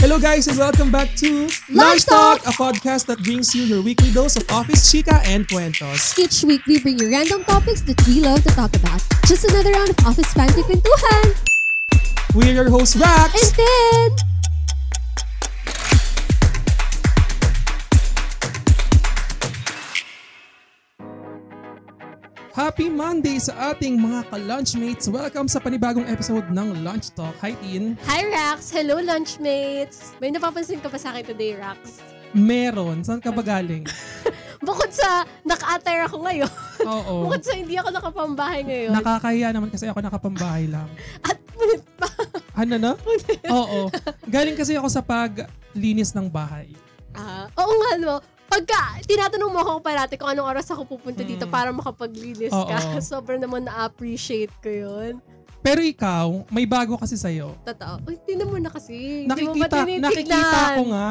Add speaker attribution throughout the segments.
Speaker 1: Hello guys and welcome back to
Speaker 2: Lunch Talk!
Speaker 1: a podcast that brings you your weekly dose of office chica and cuentos.
Speaker 2: Each week, we bring you random topics that we love to talk about. Just another round of Office Panty Pintuhan!
Speaker 1: We're your hosts, Rax!
Speaker 2: And then...
Speaker 1: Happy Monday sa ating mga ka-lunchmates! Welcome sa panibagong episode ng Lunch Talk. Hi, Tin!
Speaker 2: Hi, Rax! Hello, lunchmates! May napapansin ka pa sa akin today, Rax?
Speaker 1: Meron. Saan ka ba galing?
Speaker 2: Bukod sa naka-attire ako ngayon,
Speaker 1: Oo.
Speaker 2: bukod sa hindi ako nakapambahay ngayon,
Speaker 1: Nakakahiya naman kasi ako nakapambahay lang.
Speaker 2: at punit pa.
Speaker 1: Ano na?
Speaker 2: Punit.
Speaker 1: Oo. Galing kasi ako sa paglinis ng bahay.
Speaker 2: Ah, oo nga, no? Pagka, tinatanong mo ako parati kung anong oras ako pupunta dito para makapaglinis
Speaker 1: Oo.
Speaker 2: ka. Sobrang naman na-appreciate ko yun.
Speaker 1: Pero ikaw, may bago kasi sa'yo.
Speaker 2: Totoo. Uy, tinan mo na kasi. Hindi mo ba
Speaker 1: Nakikita, nakikita
Speaker 2: tinitignan?
Speaker 1: ko nga.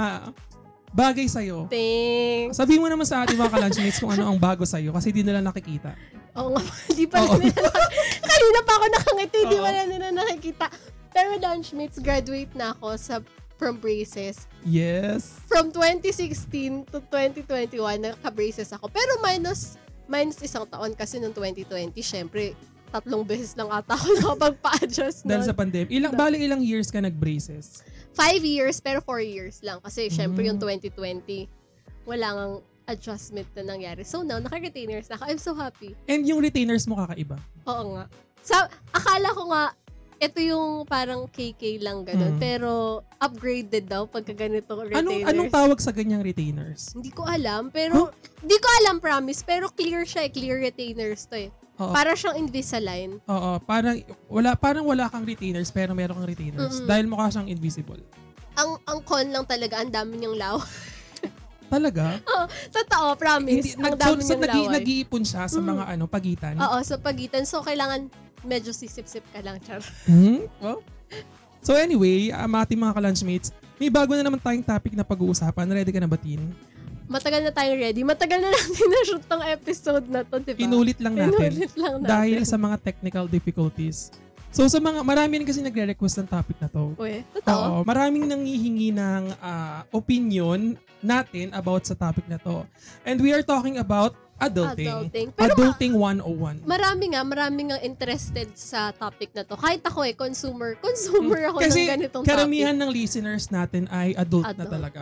Speaker 1: Bagay sa'yo.
Speaker 2: Thanks.
Speaker 1: Sabihin mo naman sa ating mga ka-lunchmates kung ano ang bago sa'yo kasi di nila nakikita.
Speaker 2: Oo nga, hindi pa
Speaker 1: Oo.
Speaker 2: nila Kanina pa ako nakangiti, hindi
Speaker 1: Oo.
Speaker 2: pa nila nakikita. Pero lunchmates, graduate na ako sa from braces.
Speaker 1: Yes.
Speaker 2: From 2016 to 2021, nagka-braces ako. Pero minus, minus isang taon kasi noong 2020, syempre, tatlong beses lang ata ako nakapagpa-adjust
Speaker 1: Dahil sa
Speaker 2: nun.
Speaker 1: pandemic. Ilang, bali ilang years ka nag-braces?
Speaker 2: Five years, pero four years lang. Kasi syempre
Speaker 1: Mm.
Speaker 2: yung 2020, wala ngang adjustment na nangyari. So now, naka-retainers na ako. I'm so happy.
Speaker 1: And yung retainers mo kakaiba.
Speaker 2: Oo nga. Sa, akala ko nga, ito yung parang KK lang
Speaker 1: Mm.
Speaker 2: ganun. Pero upgraded daw pagka ganito retainers.
Speaker 1: Anong, anong tawag sa ganyang retainers?
Speaker 2: Hindi ko alam, pero, hindi ko alam promise, pero clear siya eh, clear retainers to eh.
Speaker 1: Oo.
Speaker 2: Para siyang Invisalign.
Speaker 1: Oo, parang wala parang wala kang retainers pero meron kang retainers
Speaker 2: Mm-mm.
Speaker 1: dahil mukha siyang invisible.
Speaker 2: Ang ang con lang talaga, ang dami niyang law.
Speaker 1: Talaga?
Speaker 2: Totoo, promise. ang
Speaker 1: nag-
Speaker 2: dami
Speaker 1: so,
Speaker 2: niyang
Speaker 1: nag-
Speaker 2: laway. Mm.
Speaker 1: nag-iipon siya sa mga ano pagitan.
Speaker 2: Oo, sa pagitan. So, kailangan medyo sisip-sip ka lang, char.
Speaker 1: Hmm? Well, so anyway, um, ating mga ka-lunchmates, may bago na naman tayong topic na pag-uusapan. Ready ka na ba, Tin?
Speaker 2: Matagal na tayong ready. Matagal na natin na-shoot tong episode na to, di ba?
Speaker 1: Inulit lang natin.
Speaker 2: Diba? Inulit lang natin.
Speaker 1: dahil sa mga technical difficulties. So sa mga marami rin kasi nagre-request ng topic na to.
Speaker 2: Uy,
Speaker 1: Oo,
Speaker 2: totoo.
Speaker 1: maraming nanghihingi ng ah, opinion natin about sa topic na to. And we are talking about adulting.
Speaker 2: Adulting. Pero
Speaker 1: Adulting, 101.
Speaker 2: Marami nga, marami nga interested sa topic na to. Kahit ako eh, consumer. Consumer ako
Speaker 1: Kasi
Speaker 2: ng ganitong
Speaker 1: karamihan ng listeners natin ay adult,
Speaker 2: topic.
Speaker 1: na talaga.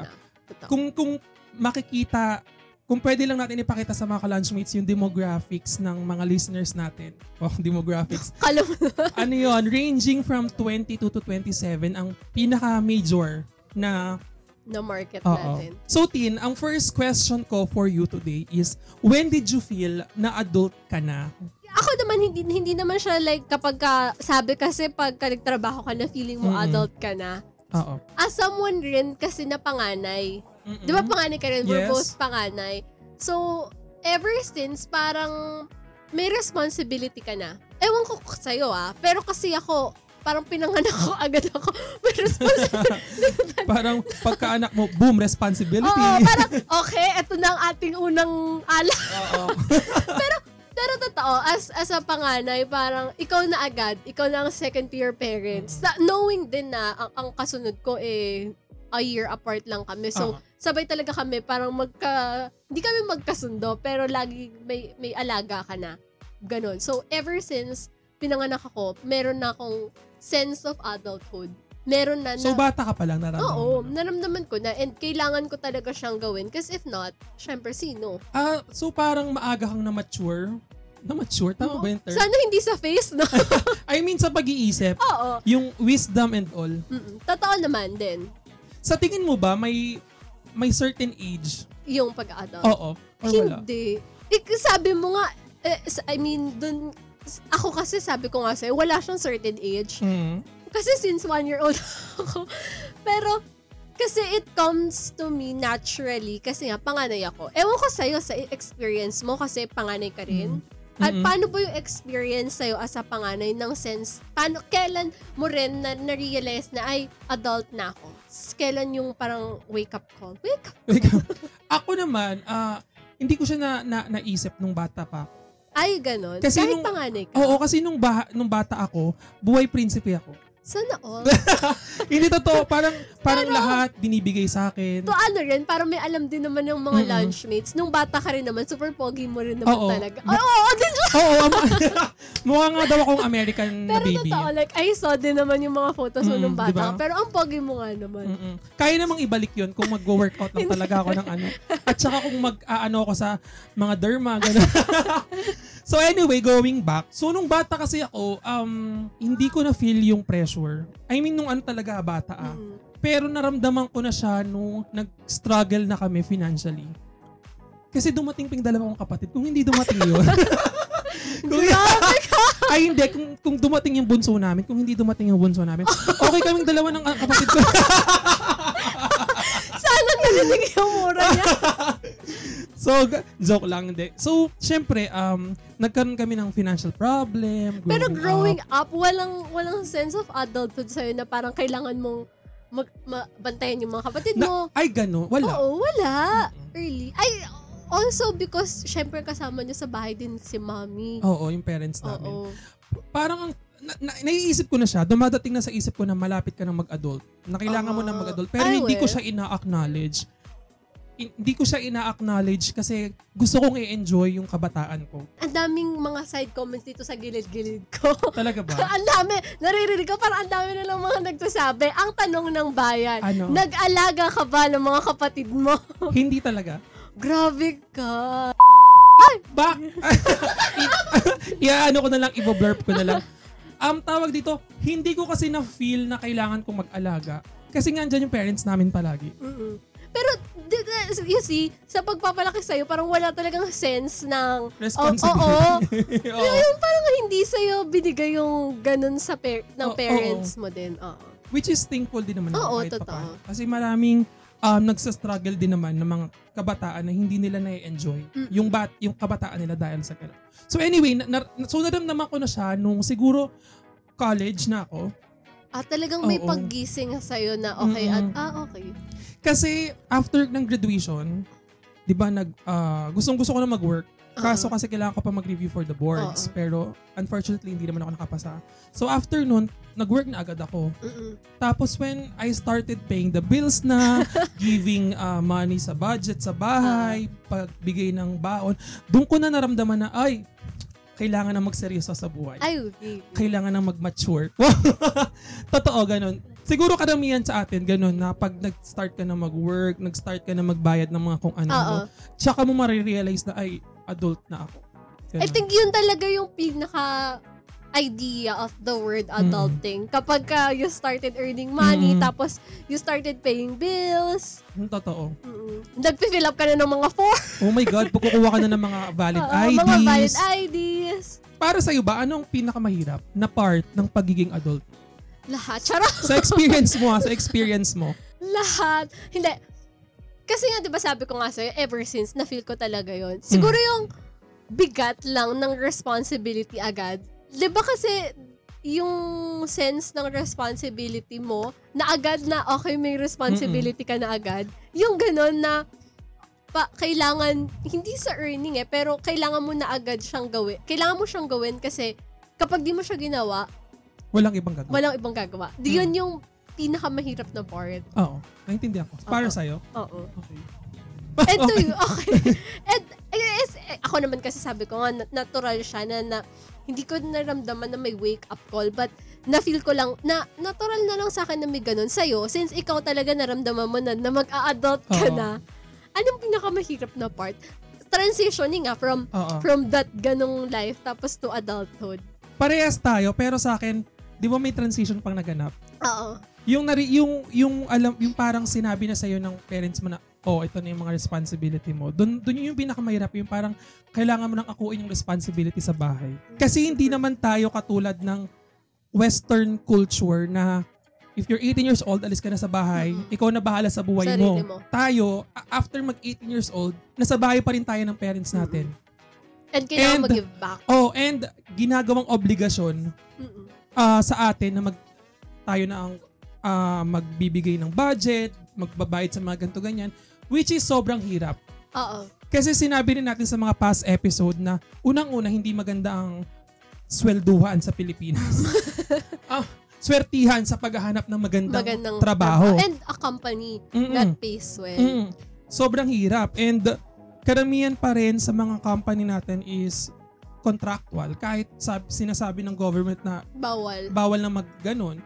Speaker 2: Totoo.
Speaker 1: Kung kung makikita kung pwede lang natin ipakita sa mga lunchmates yung demographics ng mga listeners natin. Oh, demographics.
Speaker 2: Kala mo na.
Speaker 1: ano yon ranging from 22 to 27 ang pinaka-major na
Speaker 2: na market
Speaker 1: Oo.
Speaker 2: natin.
Speaker 1: So Tin, ang first question ko for you today is when did you feel na adult ka na?
Speaker 2: Ako naman, hindi, hindi naman siya like kapag ka, sabi kasi pagka nagtrabaho ka na feeling mo
Speaker 1: Mm-mm.
Speaker 2: adult ka na.
Speaker 1: Oo.
Speaker 2: As Ah, someone rin kasi na panganay.
Speaker 1: Mm-mm.
Speaker 2: Di ba panganay ka rin? We're
Speaker 1: Yes.
Speaker 2: both panganay. So, ever since, parang may responsibility ka na. Ewan ko k- sa'yo ah, pero kasi ako, parang pinanganak ko agad ako. May responsibility.
Speaker 1: Parang pagkaanak mo, boom, responsibility.
Speaker 2: Oo, parang, okay, eto na ang ating unang ala.
Speaker 1: Oo.
Speaker 2: Pero totoo, as, as a panganay, parang ikaw na agad, ikaw na ang second tier parents. Sa- knowing din na ang, ang kasunod ko eh, a year apart lang kami. So,
Speaker 1: Oo.
Speaker 2: sabay talaga kami, parang magka, hindi kami magkasundo, pero lagi may, may alaga ka na. Ganon. So, ever since pinanganak ako, meron na akong sense of adulthood. Meron na
Speaker 1: So
Speaker 2: na,
Speaker 1: bata ka pa lang nararamdaman.
Speaker 2: oo,
Speaker 1: mo na.
Speaker 2: naramdaman ko na and kailangan ko talaga siyang gawin. Kasi if not, syempre sino?
Speaker 1: Ah, so parang maaga kang na-mature. Na-mature? Tama Ano ba yung term?
Speaker 2: Sana hindi sa face, no?
Speaker 1: I mean sa pag-iisip,
Speaker 2: oo.
Speaker 1: yung wisdom and all.
Speaker 2: Mm-mm. Totoo naman din,
Speaker 1: Sa tingin mo ba may may certain age?
Speaker 2: yung pag-adult.
Speaker 1: Oo. Or wala?
Speaker 2: Hindi. Ik, sabi mo nga, eh, s- I mean, dun, s- ako kasi sabi ko nga sa'yo, wala siyang certain age.
Speaker 1: Mm.
Speaker 2: Kasi since one year old ako. Pero, kasi it comes to me naturally. Kasi nga, panganay ako. Ewan ko sa'yo, sa experience mo, kasi panganay ka rin.
Speaker 1: Mm.
Speaker 2: At
Speaker 1: Mm-mm.
Speaker 2: paano ba yung experience sa'yo as a panganay ng sense, paano, kailan mo rin na, na-realize na, ay, adult na ako? S- Kailan yung parang wake-up call? Wake up?
Speaker 1: Ikaw. ako naman, ah, hindi ko siya na, na naisip nung bata pa. ako.
Speaker 2: Ay, ganon.
Speaker 1: Kasi
Speaker 2: Kahit
Speaker 1: nung-
Speaker 2: panganay ka.
Speaker 1: Oo, kasi nung, bah- nung bata ako, buhay prinsipe ako.
Speaker 2: Sana all.
Speaker 1: Hindi totoo. Parang, parang
Speaker 2: Pero-
Speaker 1: lahat binibigay sa akin.
Speaker 2: to ano rin, parang may alam din naman yung mga
Speaker 1: Mm-mm.
Speaker 2: lunchmates. Nung bata ka rin naman, super pogi mo rin naman
Speaker 1: Oo.
Speaker 2: talaga. Oo, oo, din
Speaker 1: Oo. am- Mukha nga daw akong American na
Speaker 2: Pero
Speaker 1: baby.
Speaker 2: totoo, like, I saw din naman yung mga photos mo
Speaker 1: Mm,
Speaker 2: nung bata.
Speaker 1: diba?
Speaker 2: ka. Pero ang pogi mo nga naman.
Speaker 1: Mm-mm. Kaya namang ibalik yon kung mag-workout lang talaga ako ng ano. At saka kung mag-ano ako sa mga derma, gano'n. so anyway, going back. So nung bata kasi ako, um, hindi ko na feel yung pressure. I mean, nung ano talaga, bata ah.
Speaker 2: Mm.
Speaker 1: Pero naramdaman ko na siya nung nag-struggle na kami financially. Kasi dumating ping dalawa kong kapatid. Kung hindi dumating yun. kung, ay hindi, kung, kung dumating yung bunso namin, kung hindi dumating yung bunso namin, okay kaming dalawa ng ah, kapatid ko.
Speaker 2: Sana narinig yung mura niya.
Speaker 1: So, g- joke lang, hindi. So, syempre, um, nagkaroon kami ng financial problem.
Speaker 2: Pero growing
Speaker 1: up.
Speaker 2: up, walang walang sense of adulthood sa'yo na parang kailangan mong mag, ma- bantayan yung mga kapatid
Speaker 1: Na-
Speaker 2: mo.
Speaker 1: Ay, gano'n. Wala.
Speaker 2: Oo, wala.
Speaker 1: Mm-mm.
Speaker 2: Early. Ay, also because, syempre, kasama niyo sa bahay din si mommy.
Speaker 1: Oo, yung parents namin.
Speaker 2: Oo.
Speaker 1: Parang ang, na, na- naiisip ko na siya, dumadating na sa isip ko na malapit ka ng mag-adult. Na kailangan mo
Speaker 2: Ah.
Speaker 1: na mag-adult. Pero
Speaker 2: Ay,
Speaker 1: hindi ko
Speaker 2: well.
Speaker 1: siya ina-acknowledge. In- Hindi ko siya ina-acknowledge kasi gusto kong i-enjoy yung kabataan ko.
Speaker 2: Ang daming mga side comments dito sa gilid-gilid ko.
Speaker 1: Talaga ba?
Speaker 2: ang dami, naririnig ko, parang ang dami nilang mga nagsasabi. Ang tanong ng bayan,
Speaker 1: Ano?
Speaker 2: nag-alaga ka ba ng mga kapatid mo?
Speaker 1: hindi talaga.
Speaker 2: Grabe ka.
Speaker 1: Ba? Iaano ko na lang, ibo-blurb ko na lang. Ang tawag dito, hindi ko kasi na-feel na kailangan kong mag-alaga. Kasi nga andyan yung parents namin palagi.
Speaker 2: Mm-mm. Pero, di- di- you see, sa pagpapalaki sa'yo, parang wala talagang sense ng, oh,
Speaker 1: Responsibility.
Speaker 2: Oo, oo.
Speaker 1: Oo.
Speaker 2: yung parang hindi sa'yo binigay yung ganun sa par- ng
Speaker 1: Oo,
Speaker 2: parents mo din. Oo.
Speaker 1: Which is thankful din naman.
Speaker 2: Oo,
Speaker 1: ako kahit
Speaker 2: totoo.
Speaker 1: papaano. Kasi maraming um, nagsastruggle din naman ng mga kabataan na hindi nila na-enjoy
Speaker 2: Mm.
Speaker 1: yung bat yung kabataan nila dahil sa ganun. So anyway, na, na- so naramdaman ko na siya nung siguro college na ako.
Speaker 2: At talagang may
Speaker 1: Oo.
Speaker 2: paggising sa'yo na okay
Speaker 1: Mm-mm.
Speaker 2: at ah okay.
Speaker 1: Kasi after ng graduation, 'di ba nag gustong gusto ko na mag-work. Kaso kasi kailangan ko pa mag-review for the boards.
Speaker 2: Oo.
Speaker 1: Pero unfortunately, hindi naman ako nakapasa. So after nun, nag-work na agad ako.
Speaker 2: Mm-mm.
Speaker 1: Tapos when I started paying the bills na, giving uh, money sa budget sa bahay, pagbigay ng baon, doon ko na naramdaman na, ay, kailangan na magseryoso sa buhay.
Speaker 2: Ay, okay.
Speaker 1: Kailangan na mag-mature. Totoo, ganun. Siguro karamihan sa atin, ganun, na pag nag-start ka na mag-work, nag-start ka na magbayad ng mga kung ano,
Speaker 2: Oo.
Speaker 1: mo, tsaka mo marirealize na, ay, adult na ako. Ganun.
Speaker 2: I think yun talaga yung pinaka idea of the word adulting. Kapag ka you started earning money,
Speaker 1: Mm.
Speaker 2: tapos you started paying bills,
Speaker 1: Hmm, Totoo.
Speaker 2: mm nag-fill up ka na ng mga forms,
Speaker 1: Oh my God, pagkukuha ka na ng mga valid
Speaker 2: oo,
Speaker 1: IDs.
Speaker 2: mga valid IDs,
Speaker 1: Para sa'yo ba, ano ang pinakamahirap na part ng pagiging adult?
Speaker 2: lahat. Charot!
Speaker 1: Sa experience mo ha, sa experience mo.
Speaker 2: Lahat. Hindi. Kasi nga, di ba sabi ko nga sa'yo, ever since, na-feel ko talaga yon Siguro yung bigat lang ng responsibility agad. Di ba kasi yung sense ng responsibility mo, na agad na okay, may responsibility ka na agad, yung ganun na pa, kailangan, hindi sa earning eh, pero kailangan mo na agad siyang gawin. Kailangan mo siyang gawin kasi kapag di mo siya ginawa,
Speaker 1: Walang ibang gagawin.
Speaker 2: walang ibang gagawa. Di yun yung pinakamahirap na part.
Speaker 1: Oo, naintindihan ko. Para
Speaker 2: Oo.
Speaker 1: sa'yo.
Speaker 2: Oo.
Speaker 1: Okay.
Speaker 2: And to you, okay. And, eh, es- eh, ako naman kasi sabi ko nga, na- natural siya na, na hindi ko naramdaman na may wake-up call, but na-feel ko lang, na natural na lang sa akin na may ganun sa'yo, since ikaw talaga naramdaman mo na, na mag-a-adult
Speaker 1: Oo.
Speaker 2: ka na. Anong pinakamahirap na part? Transitioning nga from
Speaker 1: Oo.
Speaker 2: from that ganong life tapos to adulthood.
Speaker 1: Parehas tayo, pero sa akin, di ba may transition pang naganap?
Speaker 2: Oo.
Speaker 1: Yung, nari, yung, yung, alam, yung parang sinabi na sa'yo ng parents mo na, oh, ito na yung mga responsibility mo. Doon dun yung pinakamahirap, yung parang kailangan mo nang akuin yung responsibility sa bahay. Kasi hindi naman tayo katulad ng western culture na if you're 18 years old, alis ka na sa bahay,
Speaker 2: Mm-mm.
Speaker 1: ikaw na bahala sa buhay
Speaker 2: Sarili
Speaker 1: mo.
Speaker 2: mo.
Speaker 1: Tayo, a- after mag 18 years old, nasa bahay pa rin tayo ng parents natin.
Speaker 2: And kailangan
Speaker 1: And-
Speaker 2: mag-give back.
Speaker 1: Oh, and ginagawang obligasyon
Speaker 2: Mm-mm.
Speaker 1: ah, sa atin na mag tayo na ang ah, magbibigay ng budget, magbabayad sa mga ganito ganyan, which is sobrang hirap.
Speaker 2: Oo.
Speaker 1: Kasi sinabi rin natin sa mga past episode na unang-una hindi maganda ang swelduhan sa Pilipinas. ah, swertihan sa paghahanap ng magandang,
Speaker 2: Magandang
Speaker 1: trabaho.
Speaker 2: And a company
Speaker 1: Mm-mm.
Speaker 2: that pays well.
Speaker 1: Mm. Sobrang hirap. And karamihan pa rin sa mga company natin is contractual. Kahit sab- sinasabi ng government na
Speaker 2: Bawal.
Speaker 1: bawal na magganon,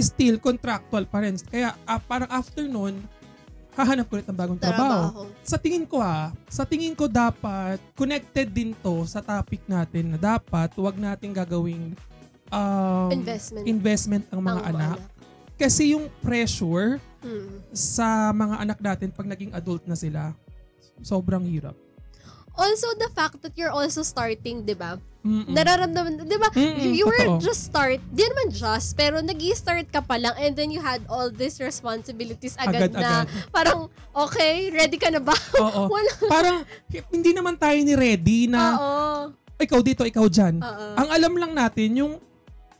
Speaker 1: still contractual pa rin. Kaya ah, parang after nun, hahanap ko ulit ng bagong trabaho.
Speaker 2: Trabaho.
Speaker 1: Sa tingin ko ha, sa tingin ko dapat connected din to sa topic natin na dapat wag nating gagawing um,
Speaker 2: Investment.
Speaker 1: investment ng mga
Speaker 2: Ang
Speaker 1: anak. Kasi yung pressure
Speaker 2: Mm.
Speaker 1: sa mga anak natin pag naging adult na sila, sobrang hirap.
Speaker 2: Also, the fact that you're also starting, di ba?
Speaker 1: Mm-mm.
Speaker 2: Nararamdaman, di ba?
Speaker 1: Mm-mm,
Speaker 2: you were
Speaker 1: totoo.
Speaker 2: just start, di naman just, pero nag start ka pa lang and then you had all these responsibilities agad, na
Speaker 1: Agad-agad.
Speaker 2: parang, okay, ready ka na ba?
Speaker 1: Oo.
Speaker 2: Wala.
Speaker 1: Parang hindi naman tayo ni ready na
Speaker 2: Oo.
Speaker 1: ikaw dito, ikaw dyan.
Speaker 2: Oo.
Speaker 1: Ang alam lang natin yung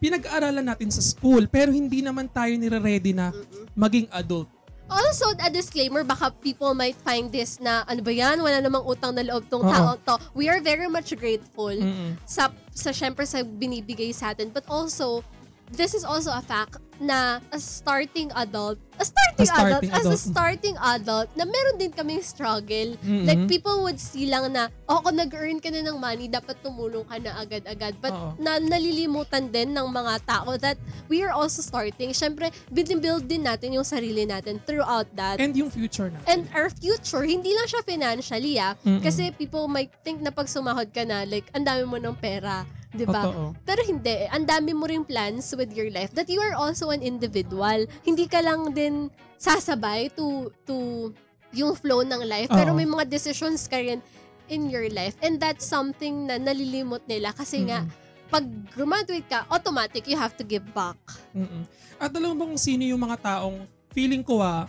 Speaker 1: pinag-aaralan natin sa school pero hindi naman tayo nire-ready na maging adult.
Speaker 2: Also, a disclaimer, baka people might find this na, ano ba yan, wala namang utang na loob tong
Speaker 1: Oo.
Speaker 2: tao to. We are very much grateful
Speaker 1: Mm-mm.
Speaker 2: sa, sa syempre, sa binibigay sa atin. But also, this is also a fact na as starting adult, a starting,
Speaker 1: A starting
Speaker 2: adult, as
Speaker 1: adult.
Speaker 2: a starting adult, na meron din kaming struggle.
Speaker 1: Mm-mm.
Speaker 2: Like, people would see lang na, oh, kung nag-earn ka na ng money, dapat tumulong ka na agad-agad. But
Speaker 1: Oo.
Speaker 2: na, nalilimutan din ng mga tao that we are also starting. Siyempre, build din natin yung sarili natin throughout that.
Speaker 1: And
Speaker 2: And,
Speaker 1: yung future natin.
Speaker 2: our future, hindi lang siya financially, ah.
Speaker 1: Mm-mm.
Speaker 2: Kasi people might think na pag sumahod ka na, like, ang dami mo ng pera. 'di ba?
Speaker 1: Totoo.
Speaker 2: Pero hindi, ang dami mo ring plans with your life that you are also an individual. Hindi ka lang din sasabay to to yung flow ng life, pero
Speaker 1: Oo.
Speaker 2: may mga decisions ka rin in your life. And that's something na nalilimot nila kasi nga pag graduate ka, automatic you have to give back.
Speaker 1: Mm-mm. At alam mo kung sino yung mga taong feeling ko ah,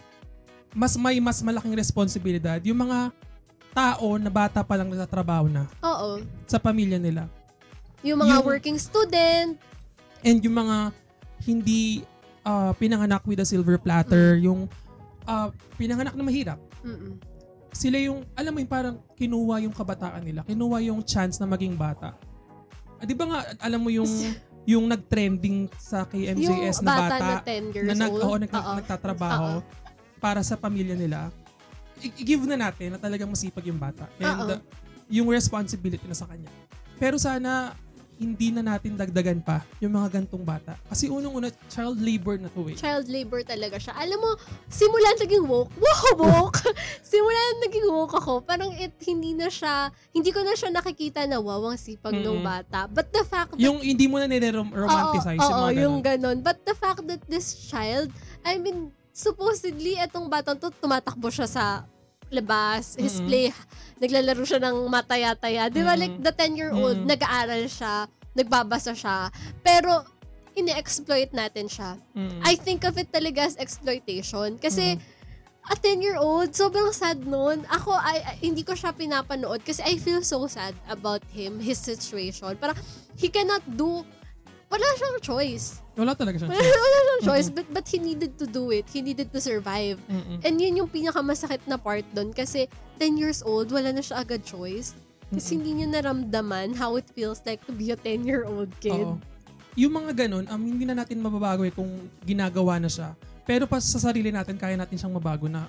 Speaker 1: mas may mas malaking responsibilidad yung mga tao na bata pa lang nagtatrabaho na
Speaker 2: Oo.
Speaker 1: sa pamilya nila.
Speaker 2: Yung mga
Speaker 1: Yung-
Speaker 2: working student,
Speaker 1: And yung mga hindi ah, pinanganak with a silver platter, yung ah, pinanganak na mahirap,
Speaker 2: mm
Speaker 1: sila yung, alam mo yung parang kinuha yung kabataan nila, kinuha yung chance na maging bata. Ah, Di ba nga, alam mo yung yung nag-trending sa
Speaker 2: yung
Speaker 1: KMJS na
Speaker 2: bata,
Speaker 1: bata,
Speaker 2: na 10 years
Speaker 1: na nag,
Speaker 2: old.
Speaker 1: oo, nag-
Speaker 2: Oo.
Speaker 1: nagtatrabaho para sa pamilya nila, i- i-give na natin na talagang masipag yung bata.
Speaker 2: Oo.
Speaker 1: And uh, yung responsibility na sa kanya. Pero sana, hindi na natin dagdagan pa yung mga gantong bata. Kasi unang-una, child labor na to eh.
Speaker 2: child labor talaga siya. Alam mo, simula naging woke, wow, woke! simula naging woke ako, parang it, hindi na siya, hindi ko na siya nakikita na wow, ang sipag ng
Speaker 1: Mm-mm.
Speaker 2: bata. But the fact that,
Speaker 1: Yung hindi mo na nire-romanticize yung mga
Speaker 2: Oo, oo,
Speaker 1: ganun.
Speaker 2: yung ganon. But the fact that this child, I mean, supposedly, etong batang to, tumatakbo siya sa labas, his
Speaker 1: Mm-mm.
Speaker 2: play, naglalaro siya ng mataya-taya. Di ba, like,
Speaker 1: Mm-mm.
Speaker 2: the 10-year-old,
Speaker 1: Mm-mm.
Speaker 2: nag-aaral siya, nagbabasa siya, pero, ine-exploit natin siya.
Speaker 1: Mm.
Speaker 2: I think of it talaga as exploitation. Kasi, a 10-year-old, sobrang sad nun. Ako, I, I- hindi ko siya pinapanood kasi I feel so sad about him, his situation. Parang, he cannot do, wala siyang choice.
Speaker 1: Wala talaga siyang
Speaker 2: Wala,
Speaker 1: choice.
Speaker 2: wala siyang choice, but, but he needed to do it. He needed to survive.
Speaker 1: Mm-mm.
Speaker 2: And yun yung pinakamasakit na part doon kasi 10 years old, wala na siya agad choice. Kasi hindi niya naramdaman how it feels like to be a 10-year-old kid.
Speaker 1: Oo. Yung mga ganun, um, hindi na natin mababago eh kung ginagawa na siya. Pero pa sa sarili natin, kaya natin siyang mabago na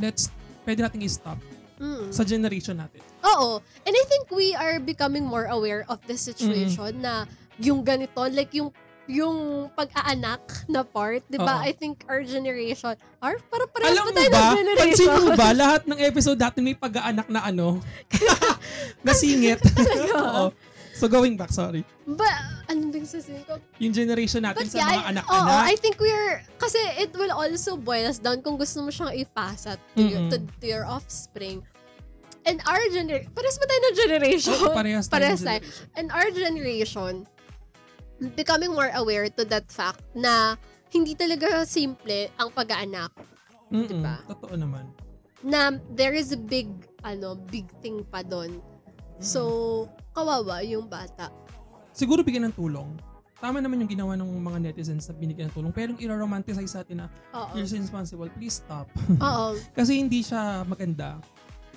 Speaker 1: let's, pwede natin i-stop
Speaker 2: Mm.
Speaker 1: sa generation natin.
Speaker 2: Oo. And I think we are becoming more aware of the situation na yung ganito, like yung yung pag-aanak na part, di ba?
Speaker 1: Oo.
Speaker 2: I think our generation, our, para parehas
Speaker 1: Alam
Speaker 2: ba
Speaker 1: mo
Speaker 2: tayo ng
Speaker 1: ba,
Speaker 2: generation?
Speaker 1: pansin mo ba, lahat ng episode dati may pag-aanak na ano, nasingit. Oo. So going back, sorry.
Speaker 2: Ba, ano ba yung sasabihin ko?
Speaker 1: Yung generation natin
Speaker 2: But
Speaker 1: sa
Speaker 2: yeah,
Speaker 1: mga
Speaker 2: I- oo,
Speaker 1: anak-anak.
Speaker 2: I think we're, kasi it will also boils down kung gusto mo siyang ipasa to, your, to,
Speaker 1: Mm-mm.
Speaker 2: to your offspring. And our generation, parehas ba tayo ng generation?
Speaker 1: Oo, parehas tayo ng
Speaker 2: Parehas And our generation, becoming more aware to that fact na hindi talaga simple ang pag-aanak.
Speaker 1: Mm-mm.
Speaker 2: diba?
Speaker 1: Totoo naman.
Speaker 2: Na there is a big, ano, big thing pa doon.
Speaker 1: Mm.
Speaker 2: So, kawawa yung bata.
Speaker 1: Siguro bigyan ng tulong. Tama naman yung ginawa ng mga netizens na binigyan ng tulong. Pero yung iroromanticize sa atin na
Speaker 2: Oo.
Speaker 1: you're responsible, please stop.
Speaker 2: Oo.
Speaker 1: Kasi hindi siya maganda.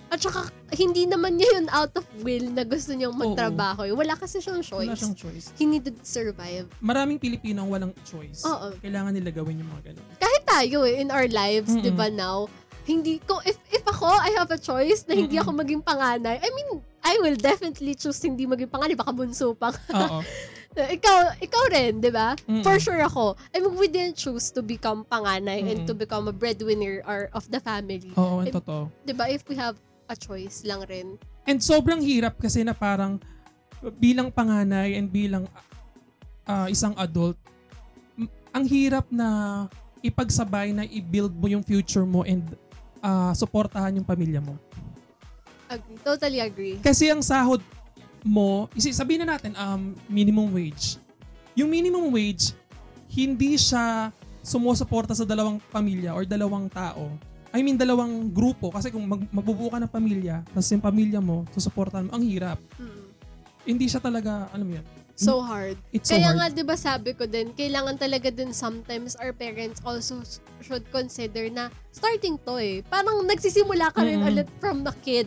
Speaker 2: At At saka, hindi naman niya yun out of will na gusto niyang
Speaker 1: Oo.
Speaker 2: magtrabaho. eh. Wala kasi siyang
Speaker 1: Wala
Speaker 2: choice.
Speaker 1: siyang choice.
Speaker 2: He needed to survive.
Speaker 1: Maraming Pilipino ang walang choice.
Speaker 2: Oo.
Speaker 1: Kailangan nila gawin yung mga ganun.
Speaker 2: Kahit tayo eh, in our lives,
Speaker 1: Mm-mm.
Speaker 2: di ba now, hindi ko, if, if ako, I have a choice na hindi ako maging panganay, I mean, I will definitely choose hindi maging panganay. Baka bunso pa. nga.
Speaker 1: Oo.
Speaker 2: ikaw, ikaw rin, di ba?
Speaker 1: Ah. Mm-mm.
Speaker 2: For sure ako. I mean, we didn't choose to become panganay and
Speaker 1: Mm-mm.
Speaker 2: to become a breadwinner or of the family.
Speaker 1: Oo, ang
Speaker 2: Eh,
Speaker 1: totoo.
Speaker 2: Di ba? If we have a choice lang rin.
Speaker 1: And sobrang hirap kasi na parang bilang panganay and bilang ah, isang adult, m- ang hirap na ipagsabay na i-build mo yung future mo and ah, suportahan yung pamilya mo.
Speaker 2: Agree. Totally agree.
Speaker 1: Kasi ang sahod mo, isi- sabihin na natin, um, minimum wage. Yung minimum wage, hindi siya sumusuporta sa dalawang pamilya or dalawang tao. I mean, dalawang grupo. Kasi kung mag- magbubuo ka ng pamilya, tapos yung pamilya mo, susuportahan mo, ang hirap.
Speaker 2: Mm.
Speaker 1: Hindi siya talaga, alam mo yun,
Speaker 2: So hard.
Speaker 1: Hmm. it's so
Speaker 2: Kaya
Speaker 1: hard.
Speaker 2: nga, di ba sabi ko din, kailangan talaga din sometimes our parents also s- should consider na starting to eh. Parang nagsisimula ka rin
Speaker 1: Mm-mm.
Speaker 2: ulit from the kid.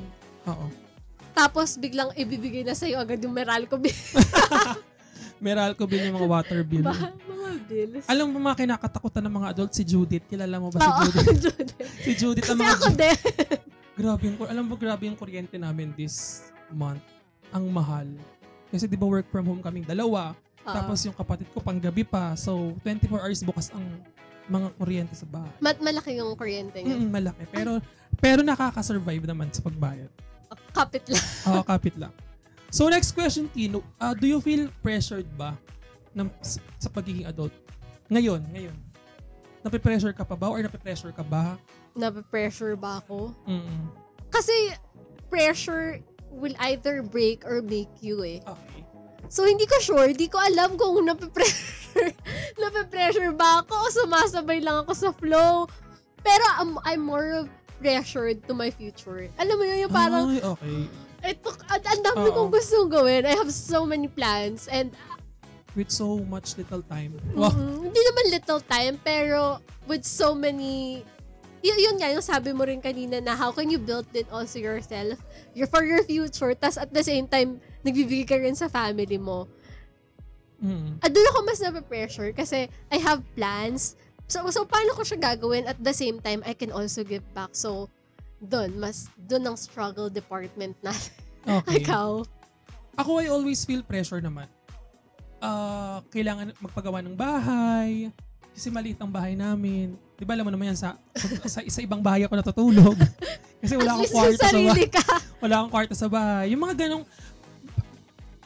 Speaker 1: Oo.
Speaker 2: Tapos biglang ibibigay na sa'yo agad yung Meralco bill.
Speaker 1: Meralco bill yung mga water bill.
Speaker 2: Ba- mga bills.
Speaker 1: alam mo mga kinakatakutan ng mga adult, si Judith. Kilala mo ba si
Speaker 2: Oo,
Speaker 1: Judith?
Speaker 2: Jude.
Speaker 1: si Judith ang
Speaker 2: Kasi
Speaker 1: mga
Speaker 2: ako din.
Speaker 1: Grabe yung, alam mo, grabe yung kuryente namin this month. Ang mahal. Kasi di ba work from home kaming dalawa.
Speaker 2: Oo.
Speaker 1: Tapos yung kapatid ko panggabi pa. So, 24 hours bukas ang mga kuryente sa bahay.
Speaker 2: Mat malaki yung kuryente niya.
Speaker 1: Mm, malaki. Pero, pero nakaka-survive naman sa pagbayad.
Speaker 2: Kapit lang.
Speaker 1: Oo, kapit lang. So, next question, Tino. Ah, do you feel pressured ba ng, sa, sa pagiging adult? Ngayon, ngayon. Napipressure ka pa ba? Or napipressure ka ba?
Speaker 2: Napapressure ba ako?
Speaker 1: Mm.
Speaker 2: Kasi pressure will either break or make you eh.
Speaker 1: Okay.
Speaker 2: So, hindi ko sure. Hindi ko alam kung nape-pressure, nape-pressure ba ako o sumasabay lang ako sa flow. Pero I'm, I'm more of pressured to my future. Alam mo yun, yung parang,
Speaker 1: Ay, okay.
Speaker 2: ito, ang ang
Speaker 1: Oo.
Speaker 2: dami kong gustong gawin. I have so many plans. And,
Speaker 1: With so much little time. Wow.
Speaker 2: mm, hindi naman little time, pero with so many, y- yun nga, yung sabi mo rin kanina na how can you build it also yourself your, for your future, tas at the same time, nagbibigay ka rin sa family mo.
Speaker 1: Mm.
Speaker 2: Ah, doon ako mas nape-pressure kasi I have plans. So, so, paano ko siya gagawin at the same time, I can also give back. So, doon, mas, doon ang struggle department na.
Speaker 1: Okay.
Speaker 2: Ikaw.
Speaker 1: Ako, I always feel pressure naman. Ah, kailangan magpagawa ng bahay. Kasi maliit ang bahay namin. Di ba, alam mo naman yan, sa, sa, sa ibang bahay ako natutulog. Kasi wala
Speaker 2: at
Speaker 1: akong
Speaker 2: least yung
Speaker 1: kwarto sa bahay.
Speaker 2: sarili ka.
Speaker 1: Wala akong kwarto sa bahay. Yung mga ganong,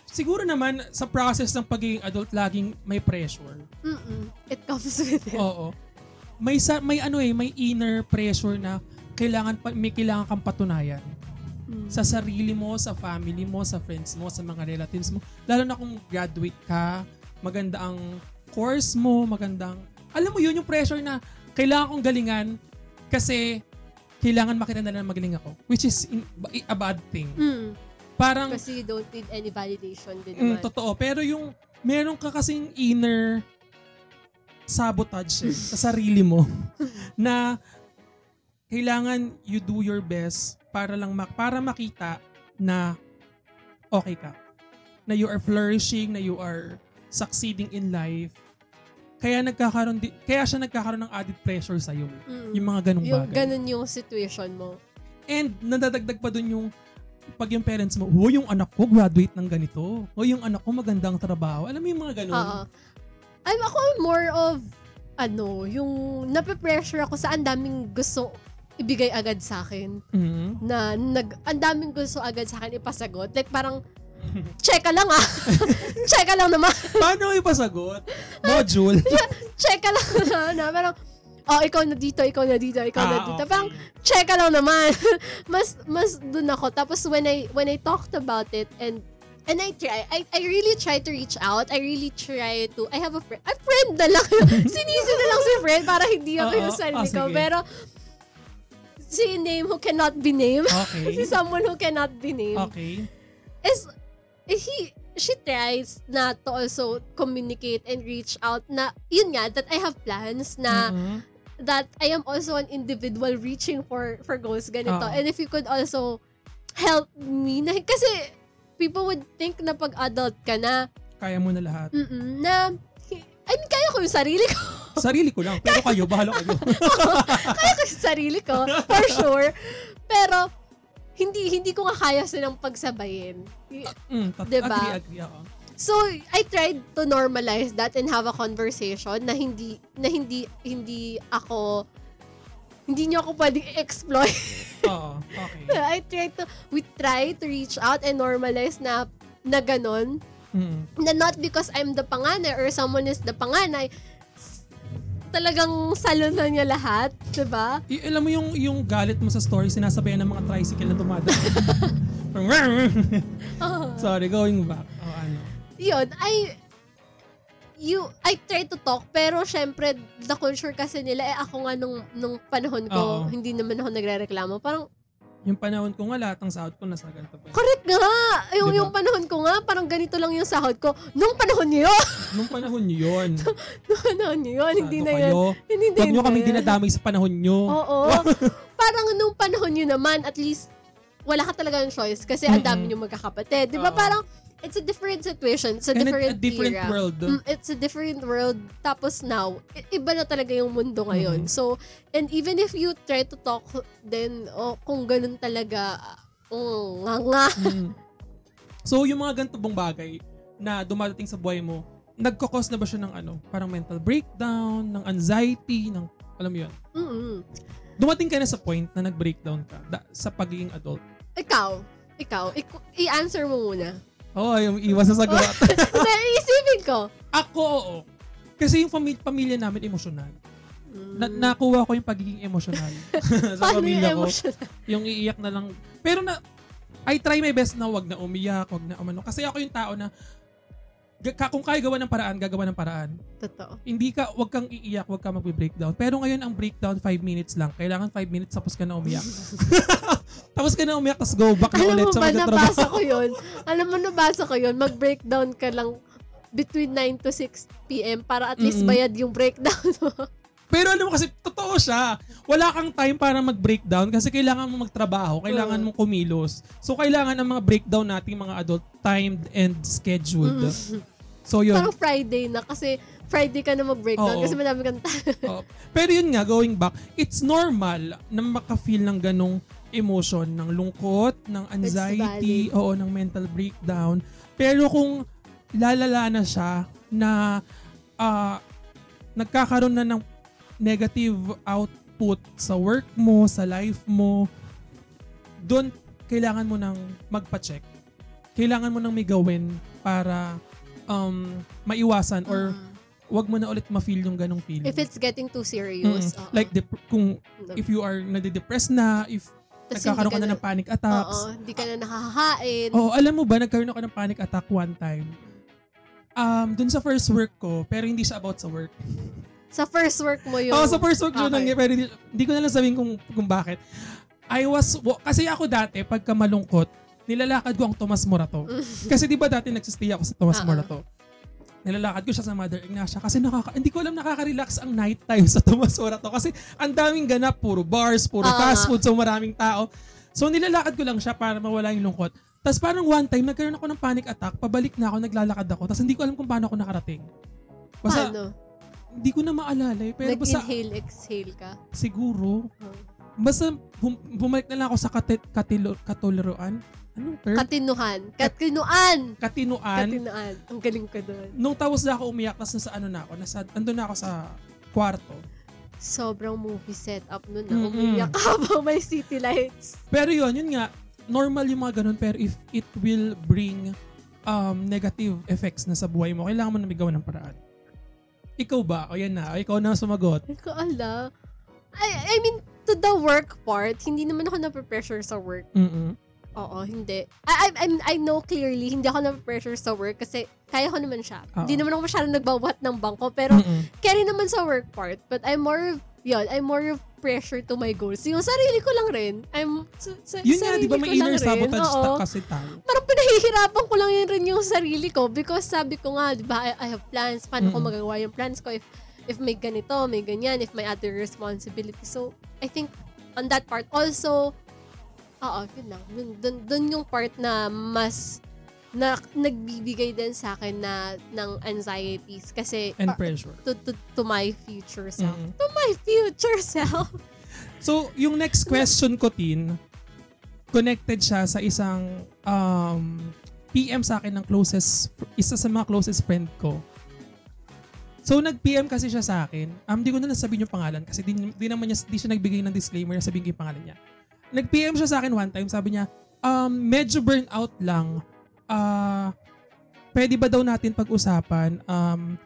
Speaker 1: siguro naman, sa process ng pagiging adult, laging may pressure.
Speaker 2: Mm-mm. It comes with it.
Speaker 1: Oo. May sa, may ano eh, may inner pressure na kailangan pa, may kailangan kang patunayan.
Speaker 2: Mm.
Speaker 1: Sa sarili mo, sa family mo, sa friends mo, sa mga relatives mo. Lalo na kung graduate ka, maganda ang course mo, magandang... Alam mo yun, yung pressure na kailangan kong galingan kasi kailangan makita nila na magaling ako. Which is in- a bad thing.
Speaker 2: Mm.
Speaker 1: Parang
Speaker 2: Kasi you don't need any validation
Speaker 1: Oh.
Speaker 2: din
Speaker 1: Mm,
Speaker 2: naman.
Speaker 1: totoo. Pero yung, meron ka kasing inner sabotage eh, sa sarili mo na kailangan you do your best para lang mak- para makita na okay ka. Na you are flourishing, na you are succeeding in life. Kaya nagkakaroon di- kaya siya nagkakaroon ng added pressure sa iyo.
Speaker 2: Mm.
Speaker 1: Yung mga ganung
Speaker 2: Yung
Speaker 1: bagay.
Speaker 2: ganun yung situation mo.
Speaker 1: And nadadagdag pa dun yung pag yung parents mo, oh, yung anak ko graduate ng ganito. Oh, yung anak ko magandang trabaho. Alam mo yung mga ganun?
Speaker 2: Oo. I'm ako more of ano, yung nape-pressure ako sa ang daming gusto ibigay agad sa akin.
Speaker 1: Mhm.
Speaker 2: na nag ang daming gusto agad sa akin ipasagot. Like parang check ka lang ah. check ka lang naman.
Speaker 1: Paano ipasagot? Oh, Module?
Speaker 2: check ka lang na, na parang oh ikaw na dito, ikaw na dito, ikaw na
Speaker 1: Ah,
Speaker 2: dito.
Speaker 1: okay.
Speaker 2: Parang check ka lang naman. mas mas dun ako. Tapos when I when I talked about it and and I try I I really try to reach out. I really try to I have a friend. A friend na lang. Sinisi na lang si friend para hindi ako
Speaker 1: Oo,
Speaker 2: yung
Speaker 1: ah,
Speaker 2: sarili ko.
Speaker 1: sige.
Speaker 2: Pero si name who cannot be named. si
Speaker 1: Okay.
Speaker 2: someone who cannot be named.
Speaker 1: Okay.
Speaker 2: is eh, he she tries na to also communicate and reach out na yun nga that I have plans na
Speaker 1: Mhm.
Speaker 2: that I am also an individual reaching for for goals ganito
Speaker 1: Oo.
Speaker 2: and if you could also helped me. Na, kasi people would think na pag adult ka na,
Speaker 1: Kaya mo na lahat.
Speaker 2: mm na, I mean, kaya ko yung sarili ko.
Speaker 1: Sarili ko lang. Pero kayo, bahala kayo.
Speaker 2: kaya ko yung sarili ko, for sure. Pero, hindi hindi ko nga kaya silang pagsabayin.
Speaker 1: Mm, tat-
Speaker 2: Diba?
Speaker 1: Agree, agree ako.
Speaker 2: So, I tried to normalize that and have a conversation na hindi na hindi hindi ako hindi niyo ako pwedeng exploit.
Speaker 1: Oo, okay.
Speaker 2: I try to, we try to reach out and normalize na, na ganun.
Speaker 1: Mm.
Speaker 2: Na not because I'm the panganay or someone is the panganay, s- talagang salo na niya lahat, diba? 'di ba?
Speaker 1: I- alam mo yung yung galit mo sa story, sinasabayan ng mga tricycle na dumadaan.
Speaker 2: Oo.
Speaker 1: Sorry, going back. Oh, ano.
Speaker 2: Yun, I, you, I try to talk, pero syempre, the culture kasi nila, eh ako nga nung, nung panahon ko,
Speaker 1: Oo.
Speaker 2: hindi naman ako nagre-reklamo. Parang,
Speaker 1: Yung panahon ko nga, lahat ng sahod ko nasa ganito pa.
Speaker 2: correct nga! Yung,
Speaker 1: Diba?
Speaker 2: yung panahon ko nga, parang ganito lang yung sahod ko. Nung panahon niyo,
Speaker 1: Nung panahon nyo yun,
Speaker 2: nung panahon niyo,
Speaker 1: sado
Speaker 2: hindi na
Speaker 1: kayo.
Speaker 2: yun. Hindi
Speaker 1: Huwag nyo
Speaker 2: na
Speaker 1: kaming
Speaker 2: yun.
Speaker 1: dinadamay sa panahon nyo.
Speaker 2: Oo. parang nung panahon yun naman, at least, wala ka talaga ng choice kasi ang dami
Speaker 1: Mm-mm.
Speaker 2: niyong magkakapatid. Di ba?
Speaker 1: Oo.
Speaker 2: Parang, it's a different situation. It's a
Speaker 1: And
Speaker 2: different,
Speaker 1: a different
Speaker 2: era.
Speaker 1: world.
Speaker 2: Mm, it's a different world. Tapos now, i- iba na talaga yung mundo ngayon.
Speaker 1: Mhm.
Speaker 2: So, and even if you try to talk, then, oh, kung ganun talaga, oh, nga nga.
Speaker 1: Mm. So, yung mga ganito bang bagay na dumadating sa buhay mo, nagkakos na ba siya ng ano? Parang mental breakdown, ng anxiety, ng alam mo yun.
Speaker 2: Mm-mm.
Speaker 1: Dumating ka na sa point na nag-breakdown ka da- sa pagiging adult.
Speaker 2: Ikaw, ikaw, ik- i-answer mo muna.
Speaker 1: Oo, oh, yung iwas sa sagot.
Speaker 2: Naisipin ko.
Speaker 1: Ako, oo. Kasi yung fami- pamilya namin emosyonal. Na-
Speaker 2: Mm.
Speaker 1: nakuha ko yung pagiging emosyonal sa
Speaker 2: Paano yung
Speaker 1: pamilya ko.
Speaker 2: emotion?
Speaker 1: Yung iiyak na lang. Pero na, I try my best na wag na umiyak, wag na umano. Kasi ako yung tao na, ga- ka- kung kaya gawa ng paraan, gagawa ng paraan.
Speaker 2: Totoo.
Speaker 1: Hindi ka, wag kang iiyak, wag ka magbe-breakdown. Pero ngayon, ang breakdown, 5 minutes lang. Kailangan 5 minutes, tapos ka na umiyak. tapos ka na umiyak, tapos go back na
Speaker 2: Alam
Speaker 1: ulit
Speaker 2: mo
Speaker 1: sa
Speaker 2: ba,
Speaker 1: magtatrabaho.
Speaker 2: nabasa ko yun. Alam mo, nabasa ko yun. Mag-breakdown ka lang between 9 to 6 p.m. para at least
Speaker 1: Mm-mm.
Speaker 2: bayad yung breakdown mo.
Speaker 1: Pero alam mo kasi, totoo siya. Wala kang time para mag-breakdown kasi kailangan mo magtrabaho, kailangan
Speaker 2: Mm.
Speaker 1: mo kumilos. So, kailangan ang mga breakdown nating mga adult timed and scheduled. So, yun.
Speaker 2: Mm. Parang Friday na kasi Friday ka na mag-breakdown
Speaker 1: Oo.
Speaker 2: kasi madami kang tayo.
Speaker 1: Oh. Pero yun nga, going back, it's normal na maka-feel ng ganong emotion, ng lungkot, ng anxiety,
Speaker 2: valid.
Speaker 1: oo, ng mental breakdown. Pero kung lalala na siya na ah, nagkakaroon na ng negative output sa work mo, sa life mo, doon kailangan mo nang magpa-check. Kailangan mo nang may gawin para um, maiwasan or wag mo na ulit ma-feel yung ganong feeling.
Speaker 2: Mm. If it's getting too serious.
Speaker 1: Mm.
Speaker 2: oo.
Speaker 1: Like dep- kung
Speaker 2: Na-
Speaker 1: if you are nade-depress na, if
Speaker 2: Tas
Speaker 1: nagkakaroon
Speaker 2: hindi
Speaker 1: ka na ng panic attacks.
Speaker 2: Oo, hindi ka na nakahain.
Speaker 1: Oo, alam mo ba, nagkaroon ako ng panic attack one time. Um, dun sa first work ko, pero hindi siya about sa work.
Speaker 2: Sa first work mo yun.
Speaker 1: Oo, Oh, Ah, sa first work ko
Speaker 2: Okay.
Speaker 1: nangyari, pero hindi, hindi ko na lang sabihin kung, kung bakit. I was, wa- kasi ako dati, pagka malungkot, nilalakad ko ang Tomas Morato. kasi di ba dati nagsistay ako sa Tomas
Speaker 2: Oo.
Speaker 1: Morato? Nilalakad ko siya sa Mother Ignacia kasi nakaka, hindi ko alam nakaka-relax ang night time sa Tomas Morato kasi ang daming ganap, puro bars, puro
Speaker 2: Oo
Speaker 1: fast
Speaker 2: nga.
Speaker 1: food, so maraming tao. So nilalakad ko lang siya para mawala yung lungkot. Tapos parang one time, nagkaroon ako ng panic attack, pabalik na ako, naglalakad ako, tapos hindi ko alam kung paano ako nakarating. Basta,
Speaker 2: Paano?
Speaker 1: hindi ko na maalala eh. Pero basta,
Speaker 2: Nag-inhale, exhale ka. Oh.
Speaker 1: siguro,
Speaker 2: Oo.
Speaker 1: Basta bum- bumalik na lang ako sa kati- katilo- katuluan. Anong term?
Speaker 2: Katinuhan. Katinuan!
Speaker 1: Katinuan.
Speaker 2: Katinuan. Ang galing ka doon.
Speaker 1: Nung tapos na ako umiyak, tapos nasa ano na ako, nasa, andun na ako sa kwarto.
Speaker 2: sobrang movie setup nun na
Speaker 1: Mm-mm.
Speaker 2: umiyak habang may city lights.
Speaker 1: Pero yun, yun nga, normal yung mga ganun, pero if it will bring um, negative effects na sa buhay mo, kailangan mo na may gawa ng paraan. Ikaw ba? O yan na, o ikaw na ang sumagot.
Speaker 2: Hindi ko alam. I, I mean, to the work part, hindi naman ako nape-pressure sa work.
Speaker 1: Mm-mm.
Speaker 2: Oo, hindi. I, I, I, I know clearly, hindi ako nape-pressure sa work kasi kaya ko naman siya.
Speaker 1: Oo.
Speaker 2: Hindi naman ako masyadong nagbawat ng bangko, pero
Speaker 1: Mm-mm.
Speaker 2: carry naman sa work part. But I'm more of, yun, I'm more of pressure to my goals. Yung sarili ko lang rin. I'm, sa, sa,
Speaker 1: Yun nga, di ba may
Speaker 2: sarili ko lang
Speaker 1: inner
Speaker 2: rin.
Speaker 1: sabotage
Speaker 2: Oo.
Speaker 1: ta- kasi tayo.
Speaker 2: parang pinahihirapan ko lang yun rin yung sarili ko because sabi ko nga, di ba, I, I have plans. Paano ko
Speaker 1: Mm-mm.
Speaker 2: magagawa yung plans ko if if may ganito, may ganyan, if may other responsibility. So, I think on that part, also, Oo, yun lang. Dun, dun, dun yung part na mas na, nagbibigay din sa akin na ng anxieties kasi
Speaker 1: and
Speaker 2: pa-
Speaker 1: pressure.
Speaker 2: to, to, to my future self.
Speaker 1: Mm.
Speaker 2: To my future self.
Speaker 1: So, yung next question ko, Tin, connected siya sa isang um, PM sa akin ng closest, isa sa mga closest friend ko. So, nag-PM kasi siya sa akin. Um, di ko na nasabihin yung pangalan kasi di, di naman niya, di siya nagbigay ng disclaimer na sabihin ko yung pangalan niya. Nag-PM siya sa akin one time, sabi niya, um, medyo burnout lang. Ah, pwede ba daw natin pag-usapan um,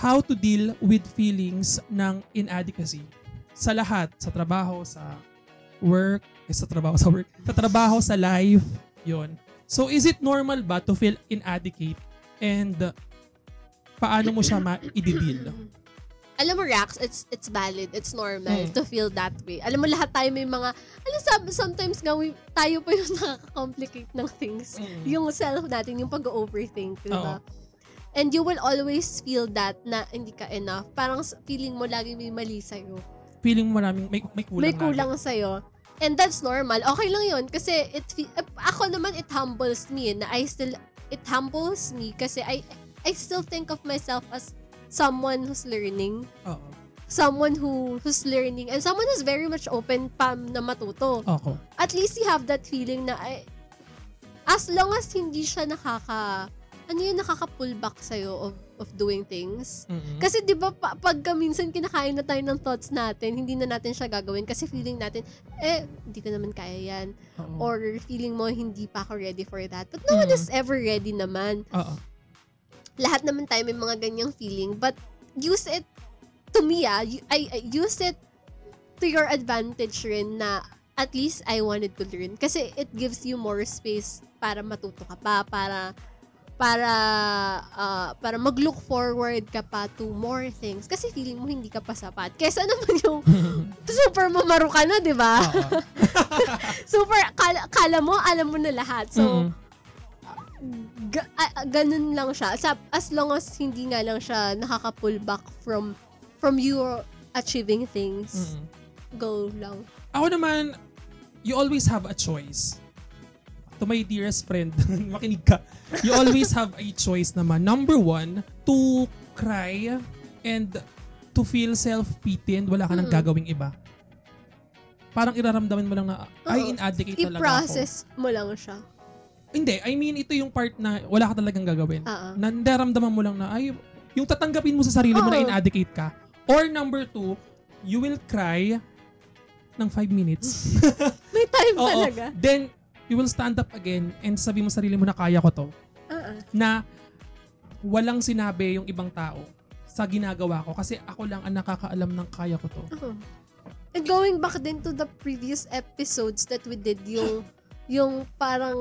Speaker 1: how to deal with feelings ng inadequacy? sa lahat, sa trabaho, sa work, eh, sa trabaho, sa work, sa trabaho, sa life, yon. So, is it normal ba to feel inadequate? And uh, paano mo siya ma-i-deal?
Speaker 2: alam mo, Rax, it's it's valid. It's normal
Speaker 1: Mm.
Speaker 2: to feel that way. Alam mo, lahat tayo may mga, alam sab sometimes nga, we, tayo pa yung nakaka-complicate ng things.
Speaker 1: Mm.
Speaker 2: Yung self natin, yung pag-overthink, di ba? And you will always feel that na hindi ka enough. Parang s- feeling mo lagi may mali sa'yo.
Speaker 1: Feeling mo maraming may, may kulang.
Speaker 2: may
Speaker 1: nga
Speaker 2: kulang sa'yo. And that's normal. Okay lang yun. Kasi it, fe- eh, ako naman, it humbles me. eh, Na I still, it humbles me kasi I, I still think of myself as someone who's learning
Speaker 1: lang. eh. Oo.
Speaker 2: someone who who's learning and someone who's very much open pa na matuto.
Speaker 1: Ako.
Speaker 2: At least you have that feeling na ay, as long as hindi siya nakaka ano yun nakaka-pull back sa of of doing things.
Speaker 1: Mm-mm.
Speaker 2: Kasi 'di ba pa, pagka minsan kinakain na tayo ng thoughts natin, hindi na natin siya gagawin kasi feeling natin eh hindi ko naman kaya 'yan
Speaker 1: Oo.
Speaker 2: or feeling mo hindi pa ako ready for that. But no one
Speaker 1: Mm.
Speaker 2: is ever ready naman
Speaker 1: Oo.
Speaker 2: lahat naman tayo may mga ganyang feeling but use it to me ah y- I, I use it to your advantage rin na at least I wanted to learn kasi it gives you more space para matuto ka pa para para ah, para mag-look forward ka pa to more things kasi feeling mo hindi ka pa sapat kesa naman yung super mamaro ka na 'di ba
Speaker 1: Oo.
Speaker 2: super kala, kala mo alam mo na lahat so
Speaker 1: Mm-mm.
Speaker 2: ga- a- a- ganun lang siya. As, as long as hindi nga lang siya nakaka-pull back from from you achieving things.
Speaker 1: Mm-mm.
Speaker 2: Go lang.
Speaker 1: Ako naman, you always have a choice. To my dearest friend, makinig ka. You always have a choice naman. Number one, to cry and to feel self-pity and wala ka nang
Speaker 2: Mm-mm.
Speaker 1: gagawing iba. Parang iraramdaman mo lang na, ay,
Speaker 2: Oo.
Speaker 1: inadequate talaga ako.
Speaker 2: I-process mo lang siya.
Speaker 1: Hindi, I mean, ito yung part na wala ka talagang gagawin.
Speaker 2: Oo.
Speaker 1: Na nararamdaman mo lang na, ay, yung tatanggapin mo sa sarili mo na
Speaker 2: Oo.
Speaker 1: inadequate ka. Or number two, you will cry ng five minutes.
Speaker 2: May time
Speaker 1: Oo.
Speaker 2: talaga.
Speaker 1: Then, you will stand up again and sabi mo sa sarili mo na kaya ko to.
Speaker 2: Oo.
Speaker 1: Na walang sinabi yung ibang tao sa ginagawa ko kasi ako lang ang nakakaalam ng kaya ko to.
Speaker 2: Oo. And going back din to the previous episodes that we did yung yung parang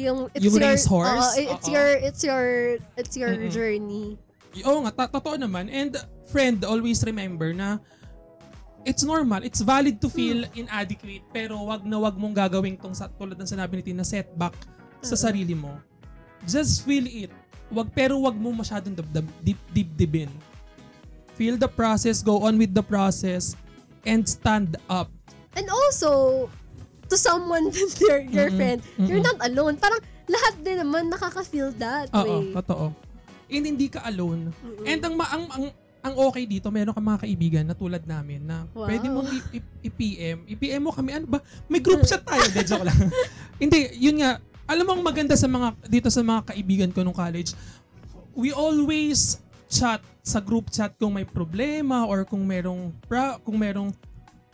Speaker 2: yung it's
Speaker 1: Yung
Speaker 2: your
Speaker 1: racehorse?
Speaker 2: Oo,
Speaker 1: Oo.
Speaker 2: it's
Speaker 1: Mm-hmm.
Speaker 2: your it's your it's your
Speaker 1: Mm-mm.
Speaker 2: journey.
Speaker 1: Y- Oo nga, ta- totoo naman. And friend, always remember na it's normal, it's valid to feel inadequate pero wag na wag mong gagawin tong sa, tulad ng sinabi ni Tina, setback sa
Speaker 2: Oo.
Speaker 1: sarili mo. Just feel it. Wag pero wag mo masyadong dab, dib, dibdibin. Feel the process, go on with the process and stand up.
Speaker 2: And also, to someone, your, your
Speaker 1: Mm-mm.
Speaker 2: friend, you're
Speaker 1: Mm-mm.
Speaker 2: not alone. Parang lahat din naman nakaka-feel that
Speaker 1: Oo,
Speaker 2: way.
Speaker 1: totoo. And hindi ka alone.
Speaker 2: eh. Mm-mm.
Speaker 1: And ang, ma- ang, ang, ang okay dito, meron kang mga kaibigan na tulad namin na
Speaker 2: Wow.
Speaker 1: pwede mong i- i- i-PM. I-PM mo kami. Ano ba? May group
Speaker 2: Mm.
Speaker 1: chat tayo. De, joke lang. Hindi, yun nga. Alam mo ang maganda sa mga, dito sa mga kaibigan ko nung college, we always chat sa group chat kung may problema or kung merong pra, kung merong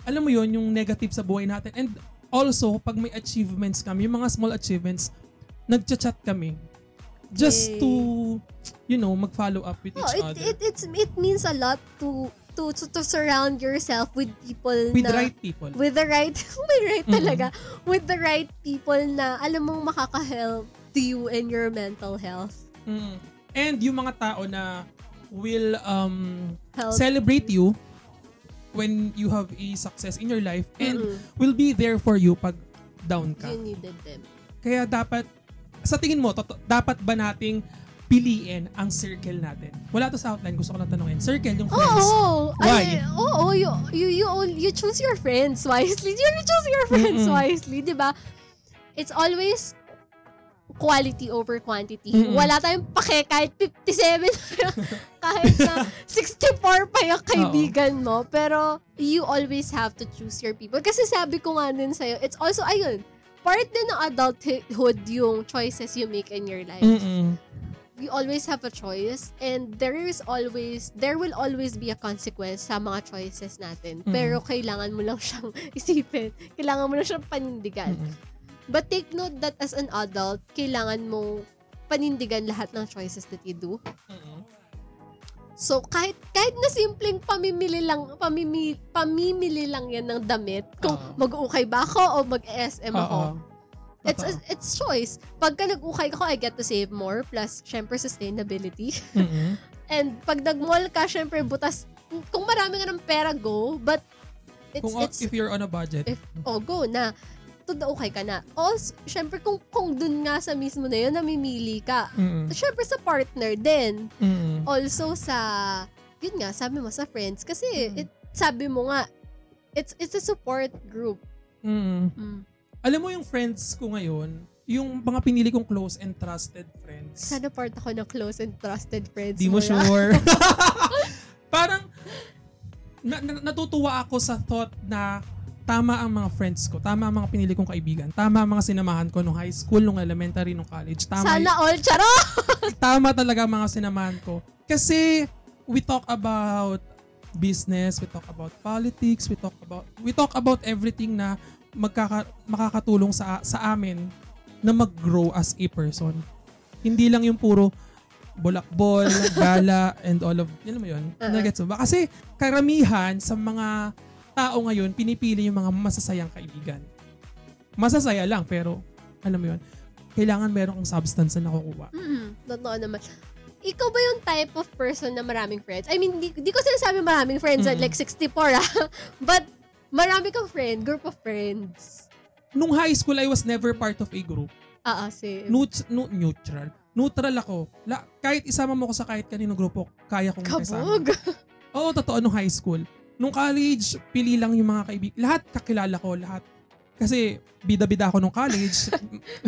Speaker 1: alam mo yon yung negative sa buhay natin and also pag may achievements kami yung mga small achievements nagcha-chat kami just
Speaker 2: Yay.
Speaker 1: to you know mag-follow up with
Speaker 2: Oh,
Speaker 1: each
Speaker 2: it,
Speaker 1: other
Speaker 2: it, it's, it means a lot to, to, to, to surround yourself with people
Speaker 1: with
Speaker 2: na...
Speaker 1: right Mm-hmm. people
Speaker 2: With the right... may right
Speaker 1: Mm-mm.
Speaker 2: talaga. With the right people na alam mong makaka-help to you and your mental health.
Speaker 1: Mm. and yung mga tao na will um
Speaker 2: Health.
Speaker 1: celebrate you when you have a success in your life and
Speaker 2: Mm-mm.
Speaker 1: will be there for you pag down ka
Speaker 2: You needed them.
Speaker 1: Kaya dapat, sa tingin mo, toto- dapat ba nating piliin ang circle natin. Wala to sa outline. Gusto ko lang tanungin. Circle, yung friends.
Speaker 2: Oo.
Speaker 1: Why?
Speaker 2: Ay, oo, you, you, you, only- you choose your friends wisely. You choose your friends
Speaker 1: Mm-mm.
Speaker 2: wisely, di ba? It's always quality over quantity.
Speaker 1: Mm-mm.
Speaker 2: Wala tayong pake kahit 57 kahit na 64 pa yung kaibigan mo. Pero you always have to choose your people. Kasi sabi ko nga din sa'yo, it's also, ayun, part din ng adulthood yung choices you make in your life
Speaker 1: Mm-mm.
Speaker 2: we always have a choice and there is always there will always be a consequence sa mga choices natin
Speaker 1: Mhm.
Speaker 2: pero kailangan mo lang siyang isipin kailangan mo lang siyang panindigan
Speaker 1: Mm-mm.
Speaker 2: but take note that as an adult kailangan mo panindigan lahat ng choices that you do
Speaker 1: Mm-mm.
Speaker 2: so kahit kahit na simpleng pamimili lang pamimi, pamimili lang yan ng damit kung
Speaker 1: Oo.
Speaker 2: mag-uukay ba ako o mag-SM ako
Speaker 1: Oo.
Speaker 2: It's
Speaker 1: Totoo.
Speaker 2: it's choice. Pagka nag-ukay ako, I get to save more. Plus, syempre, sustainability.
Speaker 1: Mm-mm.
Speaker 2: And pag nag-mall ka, syempre butas, kung marami ka ng pera, go. But it's,
Speaker 1: Kung
Speaker 2: it's,
Speaker 1: if you're on a budget.
Speaker 2: if, oh, go na. To the okay ka na. O, s- syempre kung, kung dun nga sa mismo na yun, namimili ka.
Speaker 1: Mm-mm.
Speaker 2: Syempre sa partner din.
Speaker 1: Mm-mm.
Speaker 2: Mm. Also sa, yun nga, sabi mo sa friends. Kasi,
Speaker 1: Mm.
Speaker 2: it, sabi mo nga, it's it's a support group.
Speaker 1: Mm-mm.
Speaker 2: Mm.
Speaker 1: Alam mo yung friends ko ngayon, yung mga pinili kong close and trusted friends.
Speaker 2: Sana part ako ng close and trusted friends.
Speaker 1: Di mo
Speaker 2: na.
Speaker 1: sure. Parang na, na- natutuwa ako sa thought na tama ang mga friends ko, tama ang mga pinili kong kaibigan, tama ang mga sinamahan ko nung high school, nung elementary, nung college. Tama,
Speaker 2: Sana all, charot!
Speaker 1: tama talaga ang mga sinamahan ko. Kasi we talk about business, we talk about politics, we talk about we talk about everything na magkaka, makakatulong sa sa amin na mag-grow as a person. Hindi lang yung puro bulakbol, gala, and all of, yun mo yun?
Speaker 2: Uh-uh.
Speaker 1: Nagets mo ba? Kasi karamihan sa mga tao ngayon, pinipili yung mga masasayang kaibigan. Masasaya lang, pero alam mo yun, kailangan meron kang substance na nakukuha.
Speaker 2: Mm, totoo naman. Ikaw ba yung type of person na maraming friends? I mean, di, di ko sinasabi maraming friends, ah,
Speaker 1: Mm.
Speaker 2: like 64 ah. But, marami kang friend, group of friends.
Speaker 1: nung high school, I was never part of a group.
Speaker 2: Ah, ah, same.
Speaker 1: Neut- nu- neutral. Neutral ako. La- kahit isama mo ko sa kahit kaninong grupo, kaya kong kasama.
Speaker 2: Kabog.
Speaker 1: Oo, totoo, nung high school. Nung college, pili lang yung mga kaibigan. Lahat kakilala ko, lahat. Kasi bida-bida ako nung college.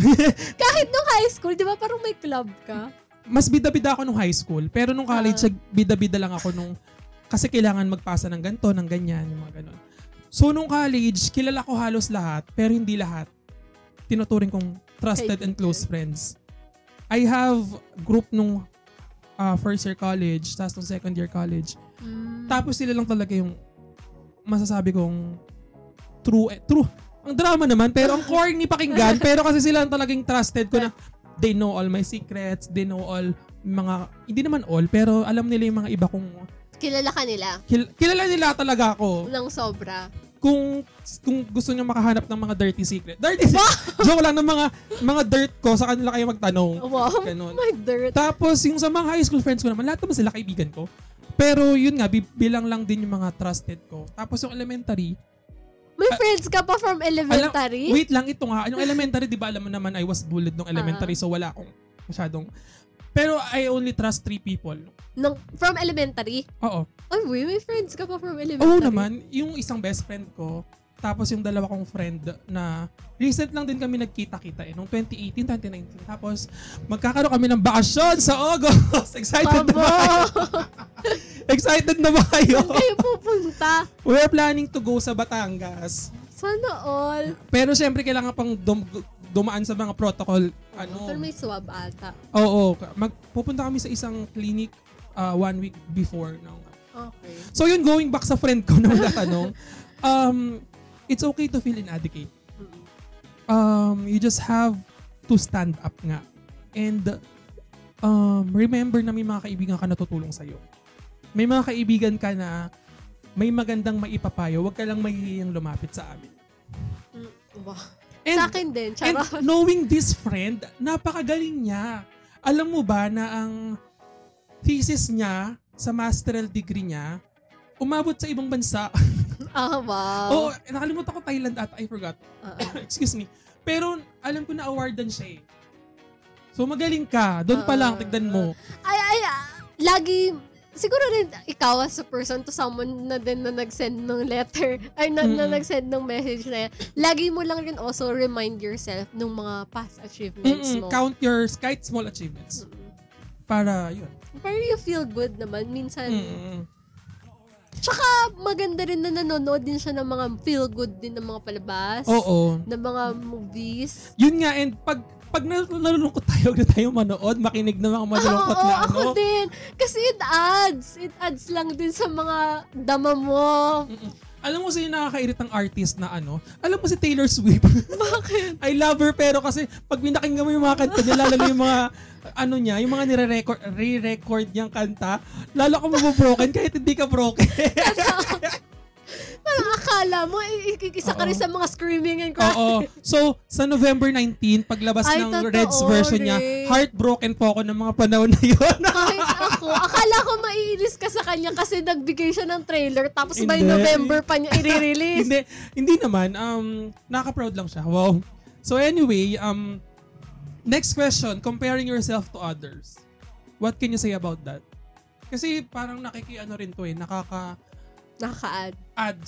Speaker 2: Kahit nung high school, di ba parang may club ka?
Speaker 1: Mas bida-bida ako nung high school. Pero nung college,
Speaker 2: Ah.
Speaker 1: nag- bida-bida lang ako nung... Kasi kailangan magpasa ng ganito, ng ganyan, yung mga ganun. So nung college, kilala ko halos lahat, pero hindi lahat. Tinuturing kong trusted and close friends. I have group nung ah, first year college, tapos nung second year college.
Speaker 2: Mm.
Speaker 1: Tapos sila lang talaga yung masasabi kong true, eh, true. Ang drama naman, pero ang corny pakinggan. pero kasi sila ang talagang trusted ko na they know all my secrets, they know all mga, hindi naman all, pero alam nila yung mga iba kong,
Speaker 2: Kilala ka nila.
Speaker 1: kil- kilala nila talaga ako.
Speaker 2: Nang sobra.
Speaker 1: Kung, kung gusto nyo makahanap ng mga dirty secret. Dirty secret! joke lang ng mga, mga dirt ko, sa kanila kayo magtanong.
Speaker 2: Wow,
Speaker 1: Ganun.
Speaker 2: my dirt.
Speaker 1: Tapos yung sa mga high school friends ko naman, lahat naman sila kaibigan ko. Pero yun nga, bi- bilang lang din yung mga trusted ko. Tapos yung elementary,
Speaker 2: May friends ka pa from elementary?
Speaker 1: wait lang ito nga, yung elementary, di ba alam mo naman I was bullied nung
Speaker 2: Ah.
Speaker 1: elementary so wala akong masyadong... Pero I only trust three people.
Speaker 2: Nung, from elementary?
Speaker 1: Oo.
Speaker 2: Ay, wait, may friends ka pa from elementary?
Speaker 1: Oo naman, yung isang best friend ko, tapos yung dalawa kong friend na recent lang din kami nagkita-kita eh, nung 2018, 2019. Tapos magkakaroon kami ng bakasyon sa August. Excited na ba kayo?
Speaker 2: Tabo!
Speaker 1: Excited na ba kayo?
Speaker 2: Saan kayo pupunta?
Speaker 1: We're planning to go sa Batangas.
Speaker 2: Sana all.
Speaker 1: Pero syempre kailangan pang dum- dumaan sa mga protocol. Ano?
Speaker 2: Pero may swab ata.
Speaker 1: Oo, magpupunta kami sa isang clinic ah, one week before. No?
Speaker 2: Okay.
Speaker 1: So yun, going back sa friend ko na nagtatanong, um, it's okay to feel inadequate. Um, you just have to stand up nga. And um, remember na may mga kaibigan ka na tutulong sa'yo. May mga kaibigan ka na may magandang maipapayo, huwag ka lang mahihiyang lumapit sa amin.
Speaker 2: Wow.
Speaker 1: And-
Speaker 2: Sa akin din,
Speaker 1: And
Speaker 2: charot.
Speaker 1: knowing this friend, napakagaling niya. Alam mo ba na ang thesis niya sa masteral degree niya, umabot sa ibang bansa.
Speaker 2: Ah, wow.
Speaker 1: Oo, Oh, nakalimutan ko Thailand at I forgot.
Speaker 2: Ah, ah.
Speaker 1: Excuse me. Pero alam ko na awardan siya eh. So magaling ka. Doon pa lang, tignan mo.
Speaker 2: Ay, ay, ah, lagi, siguro rin ikaw as a person to someone na din na nag-send ng letter, ay na, na
Speaker 1: Mm-mm.
Speaker 2: nag-send ng message na yan, lagi mo lang rin also remind yourself ng mga past achievements
Speaker 1: Mm-mm,
Speaker 2: mo.
Speaker 1: count your kahit small achievements.
Speaker 2: Mm-mm.
Speaker 1: Para yun.
Speaker 2: Para you feel good naman minsan.
Speaker 1: Mm-mm.
Speaker 2: Tsaka maganda rin na nanonood din siya ng mga feel good din ng mga palabas.
Speaker 1: Oo.
Speaker 2: Ng mga movies.
Speaker 1: Yun nga, and pag pag nal- nalulungkot tayo, huwag na tayo manood, makinig ng mga malulungkot
Speaker 2: Ah, Oo,
Speaker 1: na
Speaker 2: ako
Speaker 1: ano.
Speaker 2: din. Kasi it adds. It adds lang din sa mga dama mo.
Speaker 1: Mm-mm. Alam mo sa'yo nakakairitang artist na ano? Alam mo si Taylor Swift?
Speaker 2: Bakit?
Speaker 1: I love her pero kasi pag pinakinggan mo yung mga kanta niya, lalo na yung mga ano niya, yung mga nire-record, re-record niyang kanta, lalo ka mabobroken kahit hindi ka broken.
Speaker 2: Parang akala mo, i- i- isa ka
Speaker 1: Oo.
Speaker 2: rin sa mga screaming and
Speaker 1: Oo.
Speaker 2: crying.
Speaker 1: So, sa November 19, paglabas
Speaker 2: Ay,
Speaker 1: ng
Speaker 2: totoo
Speaker 1: Reds version niya,
Speaker 2: rin.
Speaker 1: heartbroken po ako ng mga panahon na yun.
Speaker 2: Kahit ako, akala ko maiinis ka sa kanya kasi nagbigay siya ng trailer tapos by
Speaker 1: Hindi.
Speaker 2: November pa niya i-release.
Speaker 1: hindi, hindi naman. Um, nakaka-proud lang siya. Wow. So anyway, um, next question, comparing yourself to others. What can you say about that? Kasi parang nakikiano rin to eh, nakaka-add
Speaker 2: Nakaka-add.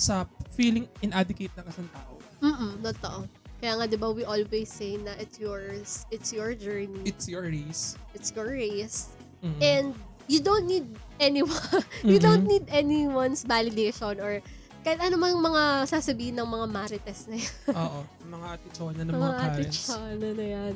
Speaker 1: sa feeling inadequate na kasang tao.
Speaker 2: Mm-mm, totoo. Kaya nga, di ba, we always say na it's yours, it's your journey,
Speaker 1: It's your race.
Speaker 2: it's your race.
Speaker 1: Mm.
Speaker 2: and you don't need anyone you
Speaker 1: Mhm.
Speaker 2: don't need anyone's validation or kahit anumang mga sasabihin ng mga marites na yan.
Speaker 1: Oo. Mga atichona ng
Speaker 2: mga
Speaker 1: mga
Speaker 2: ate
Speaker 1: Karens.
Speaker 2: Chana na yan.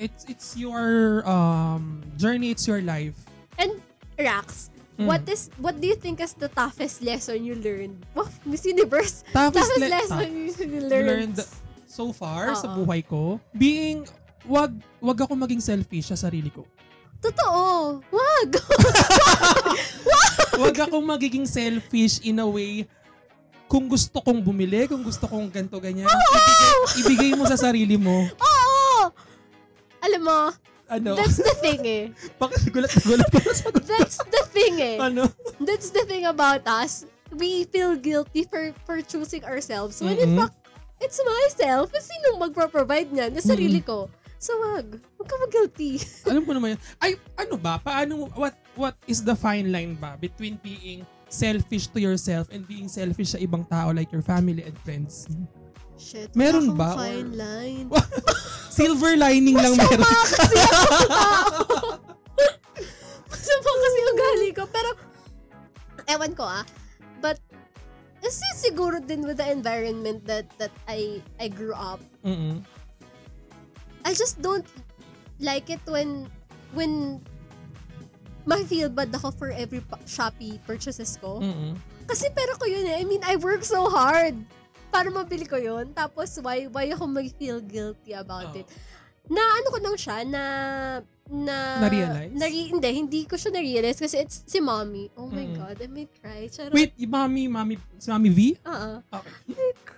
Speaker 1: It's, it's your um, journey, it's your life.
Speaker 2: And Rax,
Speaker 1: Mm.
Speaker 2: what is what do you think is the toughest lesson you learned? Wow, Miss Universe.
Speaker 1: Toughest
Speaker 2: Toughest
Speaker 1: le-
Speaker 2: lesson
Speaker 1: tough-
Speaker 2: you learned.
Speaker 1: learned so far sa
Speaker 2: Oo.
Speaker 1: buhay ko, being, wag, wag ako maging selfish sa sarili ko.
Speaker 2: Totoo. Wag.
Speaker 1: Wag akong magiging selfish in a way kung gusto kong bumili, kung gusto kong ganto ganyan, ibigay, ibigay mo sa sarili mo.
Speaker 2: Oo. Alam mo,
Speaker 1: Ano?
Speaker 2: that's the thing eh.
Speaker 1: Bakit gulat na gulat ka sa
Speaker 2: That's the thing eh.
Speaker 1: ano?
Speaker 2: that's the thing about us. We feel guilty for for choosing ourselves. When in
Speaker 1: Mhm.
Speaker 2: fact, it's myself. Kasi sinong magpro-provide niyan? Yung sarili ko. So wag. Huwag ka mag-guilty.
Speaker 1: Alam ko naman yun. Ay, ano ba? Paano, what, what is the fine line ba between being selfish to yourself and being selfish sa ibang tao like your family and friends?
Speaker 2: Shit. wala
Speaker 1: Meron
Speaker 2: akong
Speaker 1: ba?
Speaker 2: Fine
Speaker 1: Or-
Speaker 2: line.
Speaker 1: Silver lining lang meron.
Speaker 2: Masama kasi ako sa tao. Masama kasi yung gali ko. Pero, ewan ko ah. But, kasi siguro din with the environment that that I I grew up
Speaker 1: Mm-mm.
Speaker 2: I just don't like it when when ma-feel bad ako for every pa- Shopee purchases ko.
Speaker 1: Mm-mm.
Speaker 2: Kasi pero ko yun eh. I mean, I work so hard para mabili ko yun. Tapos, why, why ako mag-feel guilty about
Speaker 1: Oo.
Speaker 2: it? Na ano ko lang siya, na... na
Speaker 1: Na-realize?
Speaker 2: nare- hindi, hindi ko siya na-realize kasi it's si mommy. Oh my
Speaker 1: Mm.
Speaker 2: God, I may cry. Charot.
Speaker 1: Wait, y- mommy, mommy, si mommy V? Ah.
Speaker 2: Oo.
Speaker 1: Okay.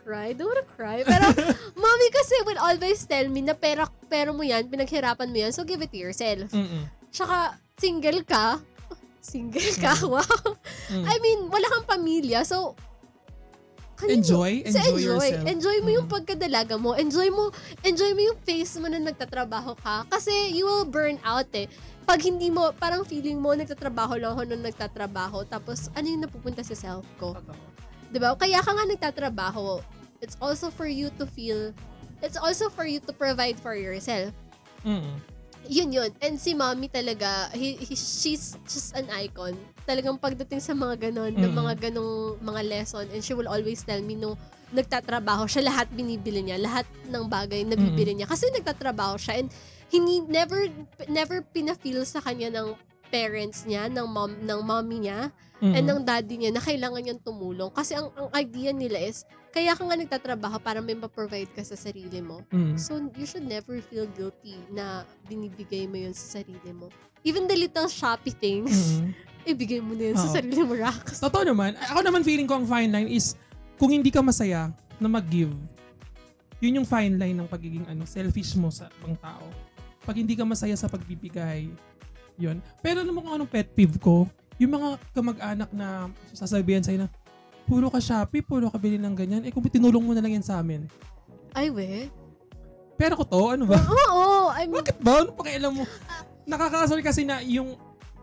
Speaker 2: cry. Don't wanna cry. Pero, mommy kasi will always tell me na pera, pera mo yan, pinaghirapan mo yan, so give it to yourself.
Speaker 1: Mm-mm.
Speaker 2: Tsaka, single ka. Single ka, wow.
Speaker 1: Mm.
Speaker 2: I mean, wala kang pamilya, so, kanino-
Speaker 1: Enjoy,
Speaker 2: So,
Speaker 1: enjoy yourself.
Speaker 2: Enjoy mo yung
Speaker 1: Mm.
Speaker 2: pagkadalaga mo. Enjoy mo, enjoy mo yung phase mo na nagtatrabaho ka. Kasi you will burn out eh. Pag hindi mo, parang feeling mo, nagtatrabaho lang ako nung nagtatrabaho. Tapos, ano yung napupunta sa self ko?
Speaker 1: Totoo.
Speaker 2: 'di ba? Kaya ka nga nagtatrabaho. It's also for you to feel It's also for you to provide for yourself.
Speaker 1: Mm-mm.
Speaker 2: Yun yun. And si mommy talaga, he, he- she's just an icon. Talagang pagdating sa mga ganon, ng
Speaker 1: Mm.
Speaker 2: mga ganong mga lesson, and she will always tell me nung nagtatrabaho siya, lahat binibili niya, lahat ng bagay na
Speaker 1: Mm.
Speaker 2: bibili niya. Kasi nagtatrabaho siya, and hindi, never, never pinafeel sa kanya ng parents niya, ng mom, ng mommy niya,
Speaker 1: Mm-mm.
Speaker 2: and ng daddy niya na kailangan niyang tumulong. Kasi ang, ang idea nila is, kaya ka nga nagtatrabaho para may ma-provide ka sa sarili mo.
Speaker 1: Mm.
Speaker 2: So, you should never feel guilty na binibigay mo yun sa sarili mo. Even the little Shopee things,
Speaker 1: Mm.
Speaker 2: ibigay mo na yun sa
Speaker 1: Oo.
Speaker 2: sarili mo, Rax.
Speaker 1: Totoo naman. Ako naman feeling ko ang fine line is kung hindi ka masaya na mag-give, yun yung fine line ng pagiging ano, selfish mo sa ibang tao. Pag hindi ka masaya sa pagbibigay, yun. Pero alam mo kung anong pet peeve ko? Yung mga kamag-anak na sasabihan sa'yo na, puro ka Shopee, puro ka bili ng ganyan. Eh kung tinulong mo na lang yan sa amin.
Speaker 2: Ay, we.
Speaker 1: Pero ko to, ano ba?
Speaker 2: Oo, I'm,
Speaker 1: Bakit ba? Ano pakialam mo? Nakakasal kasi na yung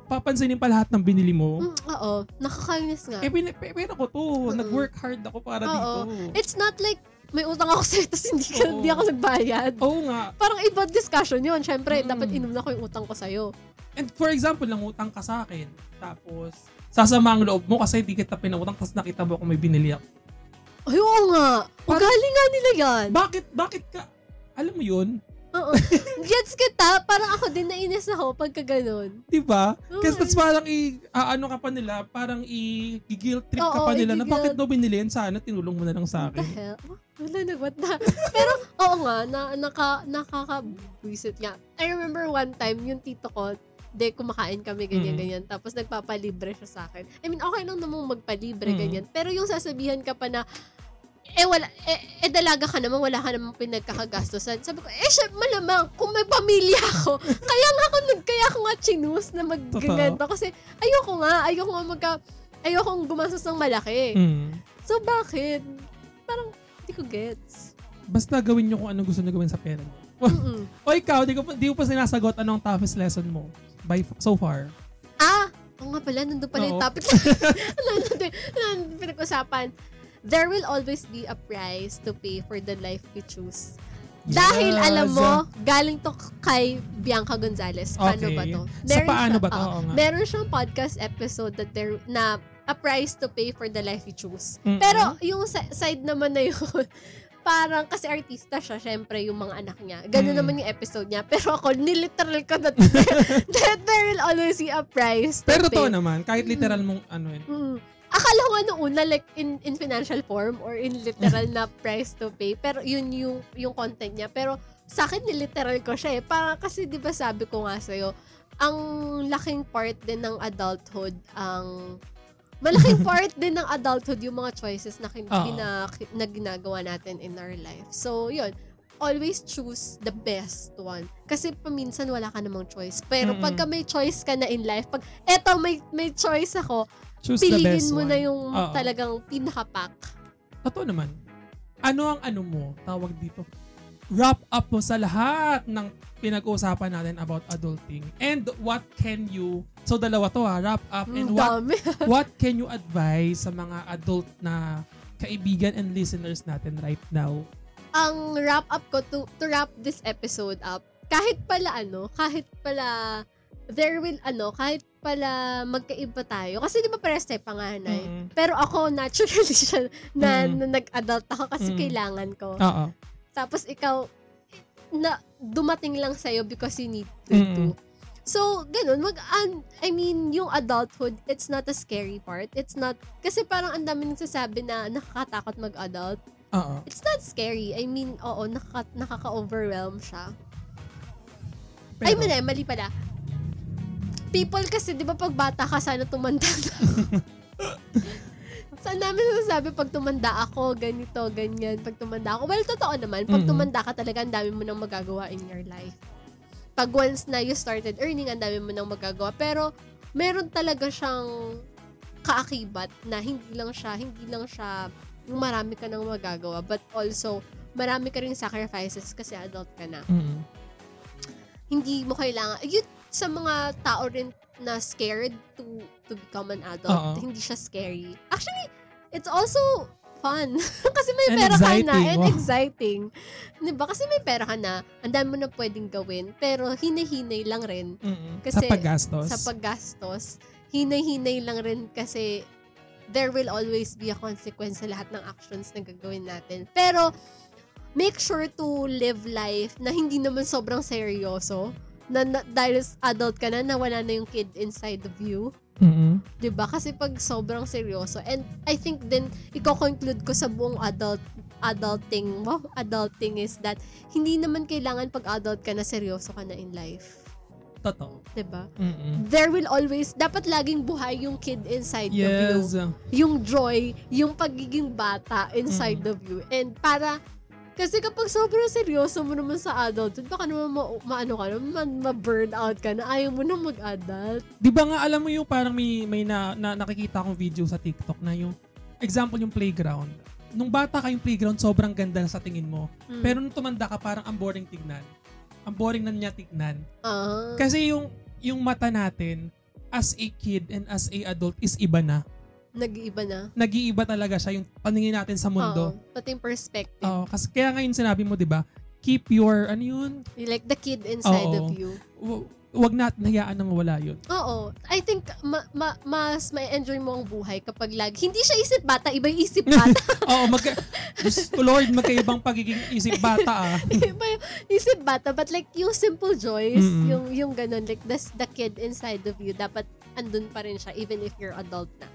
Speaker 1: papansinin pa lahat ng binili mo.
Speaker 2: Mm, oo, nakakainis nga.
Speaker 1: Eh, pin- pe- pera ko to.
Speaker 2: Mm-mm.
Speaker 1: Nag-work hard ako para
Speaker 2: Oo.
Speaker 1: dito.
Speaker 2: It's not like, may utang ako sa'yo, tapos hindi, ka,
Speaker 1: Oo.
Speaker 2: hindi ako nagbayad.
Speaker 1: Oo nga.
Speaker 2: Parang iba discussion yun. Siyempre,
Speaker 1: Mm.
Speaker 2: dapat inum na ko yung utang ko sa'yo.
Speaker 1: And for example, nangutang ka sa akin. Tapos, sasama ang loob mo kasi di kita pinangutang tapos nakita mo kung may binili ako.
Speaker 2: Ay, oo nga.
Speaker 1: Parang-
Speaker 2: Ugali nga nila yan.
Speaker 1: Bakit? Bakit ka? Alam mo yun?
Speaker 2: Oo. Gets kita. Parang ako din nainis ako pagka ganun.
Speaker 1: Di ba? Kasi
Speaker 2: Oo.
Speaker 1: tapos parang i, aano ka pa nila, parang i-guilt trip ka
Speaker 2: Oo,
Speaker 1: pa nila na
Speaker 2: i-guilt.
Speaker 1: bakit daw binili yan sana, tinulong mo na lang sa
Speaker 2: What the
Speaker 1: akin.
Speaker 2: hell? Oh, Wala na, what the? Pero, oo nga, na, naka, nakakabwisit nga. I remember one time, yung tito ko, de, kumakain kami, ganyan,
Speaker 1: Mm.
Speaker 2: ganyan. Tapos, nagpapalibre siya sa akin. I mean, okay lang namang magpalibre,
Speaker 1: Mm.
Speaker 2: ganyan. Pero yung sasabihan ka pa na, eh, wala, eh, eh, dalaga ka naman, wala ka naman pinagkakagastosan. Sabi ko, eh, syep, malamang, kung may pamilya ako, kaya nga ako, nag, kaya ako nga chinus na magganyan pa. Kasi, ayoko nga, ayoko nga magka, ayoko gumastos ng malaki.
Speaker 1: Mm.
Speaker 2: So, bakit? Parang, hindi ko gets.
Speaker 1: Basta gawin nyo kung anong gusto nyo gawin sa pera mo.
Speaker 2: Mm-mm.
Speaker 1: o ikaw, di ko, pa- di ko pa sinasagot anong toughest lesson mo by f- so far.
Speaker 2: Ah! Oo nga pala, nandun pala yung
Speaker 1: Oo.
Speaker 2: topic. ano, nandun, nandun pinag-usapan. There will always be a price to pay for the life we choose. Dahil
Speaker 1: Yes.
Speaker 2: alam mo, galing to kay Bianca Gonzalez. Paano
Speaker 1: Okay.
Speaker 2: ba to?
Speaker 1: Sa paano
Speaker 2: siya-
Speaker 1: ba to?
Speaker 2: oo.
Speaker 1: Oo nga.
Speaker 2: meron siyang podcast episode that there, na a price to pay for the life you choose.
Speaker 1: Mm-mm.
Speaker 2: Pero yung si- side naman na yun, parang kasi artista siya, syempre yung mga anak niya. Ganun
Speaker 1: Mm.
Speaker 2: naman yung episode niya. Pero ako, niliteral ko na that there will always be a price to
Speaker 1: Pero
Speaker 2: pay.
Speaker 1: totoo naman, kahit literal mong ano yun.
Speaker 2: Mm. Akala ko ano una, like in, in financial form or in literal na price to pay. Pero yun yung, yung content niya. Pero sa akin, niliteral ko siya eh. Parang kasi di ba sabi ko nga sa'yo, ang laking part din ng adulthood ang malaking part din ng adulthood yung mga choices na, kin-
Speaker 1: Oo.
Speaker 2: gina- na ginagawa natin in our life. So, yun. Always choose the best one. Kasi paminsan wala ka namang choice. Pero
Speaker 1: Mm-mm.
Speaker 2: pagka may choice ka na in life, pag eto may, may choice ako,
Speaker 1: Choose the
Speaker 2: piliin
Speaker 1: best
Speaker 2: mo
Speaker 1: one.
Speaker 2: na yung
Speaker 1: Oo.
Speaker 2: talagang pinaka-pack.
Speaker 1: Totoo naman. Ano ang ano mo, tawag dito, wrap up mo sa lahat ng pinag-uusapan natin about adulting and what can you, so dalawa to ha, wrap up and
Speaker 2: Ang
Speaker 1: what
Speaker 2: dami.
Speaker 1: what can you advise sa mga adult na kaibigan and listeners natin right now?
Speaker 2: ang wrap up ko to, to wrap this episode up, kahit pala ano, kahit pala there will ano, kahit pala magkaiba tayo. Kasi di ba pares tayo panganay?
Speaker 1: Mm.
Speaker 2: Pero ako, naturally siya na,
Speaker 1: Mm.
Speaker 2: na nag-adult ako kasi
Speaker 1: Mm.
Speaker 2: kailangan ko.
Speaker 1: Oo.
Speaker 2: Tapos ikaw, na dumating lang sa'yo because you need to.
Speaker 1: Mm.
Speaker 2: to. So, ganun. Wag, an- I mean, yung adulthood, it's not a scary part. It's not, kasi parang ang dami nagsasabi na nakakatakot mag-adult
Speaker 1: Oo.
Speaker 2: it's not scary. I mean, oo, nakaka- nakaka-overwhelm siya. Ay,
Speaker 1: Pero-
Speaker 2: mali, mali pala. People kasi, di ba pag bata ka, sana tumanda na ako. Saan namin sinasabi, pag tumanda ako, ganito, ganyan, pag tumanda ako. Well, totoo naman, pag
Speaker 1: Mhm.
Speaker 2: tumanda ka talaga, ang dami mo nang magagawa in your life. Pag once na you started earning, ang dami mo nang magagawa. Pero, meron talaga siyang kaakibat na hindi lang siya, hindi lang siya yung marami ka nang magagawa. But also, marami ka rin sacrifices kasi adult ka na
Speaker 1: Mm.
Speaker 2: hindi mo kailangan yun sa mga tao rin na scared to to become an adult
Speaker 1: Oo.
Speaker 2: hindi siya scary actually it's also fun kasi may
Speaker 1: And
Speaker 2: pera ka na
Speaker 1: exciting, Oh.
Speaker 2: and
Speaker 1: wow.
Speaker 2: exciting 'di ba kasi may pera ka na ang dami mo na pwedeng gawin pero hinahinay lang rin
Speaker 1: Mm.
Speaker 2: Kasi
Speaker 1: sa paggastos.
Speaker 2: sa paggastos hinay-hinay lang rin kasi there will always be a consequence sa lahat ng actions na gagawin natin pero make sure to live life na hindi naman sobrang seryoso na, na dahil adult ka na nawala na yung kid inside of you
Speaker 1: Mm.
Speaker 2: 'di ba? Kasi pag sobrang seryoso and I think then iko-conclude ko sa buong adult adulting mo, adulting is that hindi naman kailangan pag adult ka na seryoso ka na in life,
Speaker 1: Totoo.
Speaker 2: 'di ba?
Speaker 1: Mm.
Speaker 2: There will always dapat laging buhay yung kid inside of you,
Speaker 1: Yes.
Speaker 2: yung joy, yung pagiging bata
Speaker 1: Mm.
Speaker 2: inside of you. And para kasi kapag sobrang seryoso mo naman sa adulthood, baka naman ma- maano ka naman, ma-burn out ka na ayaw mo na mag-adult.
Speaker 1: Di ba nga alam mo yung parang may, may na, na- nakikita akong video sa TikTok na yung example yung playground. Nung bata ka yung playground, sobrang ganda sa tingin mo.
Speaker 2: Mm.
Speaker 1: Pero nung tumanda ka, parang ang boring tignan. ang boring na niya tignan.
Speaker 2: Ah.
Speaker 1: Kasi yung yung mata natin as a kid and as a adult is iba na.
Speaker 2: nag-iiba na.
Speaker 1: Nag-iiba talaga siya yung paningin natin sa mundo. Ah.
Speaker 2: Oo, pati yung perspective.
Speaker 1: Oo, Oh, kasi kaya ngayon sinabi mo, 'di ba? Keep your ano yun?
Speaker 2: You like the kid inside
Speaker 1: Oo.
Speaker 2: of you.
Speaker 1: Wa- Wag natin hayaan na mawala yun.
Speaker 2: Oo. I think ma- ma- mas may enjoy mo ang buhay kapag lagi. Hindi siya isip bata, iba yung isip bata.
Speaker 1: Oo, mag Diyos ko, Lord, magkaibang pagiging isip bata ah.
Speaker 2: iba yung isip bata. But like yung simple joys,
Speaker 1: Mm-mm.
Speaker 2: yung yung ganun, like the, the kid inside of you, dapat andun pa rin siya even if you're adult na.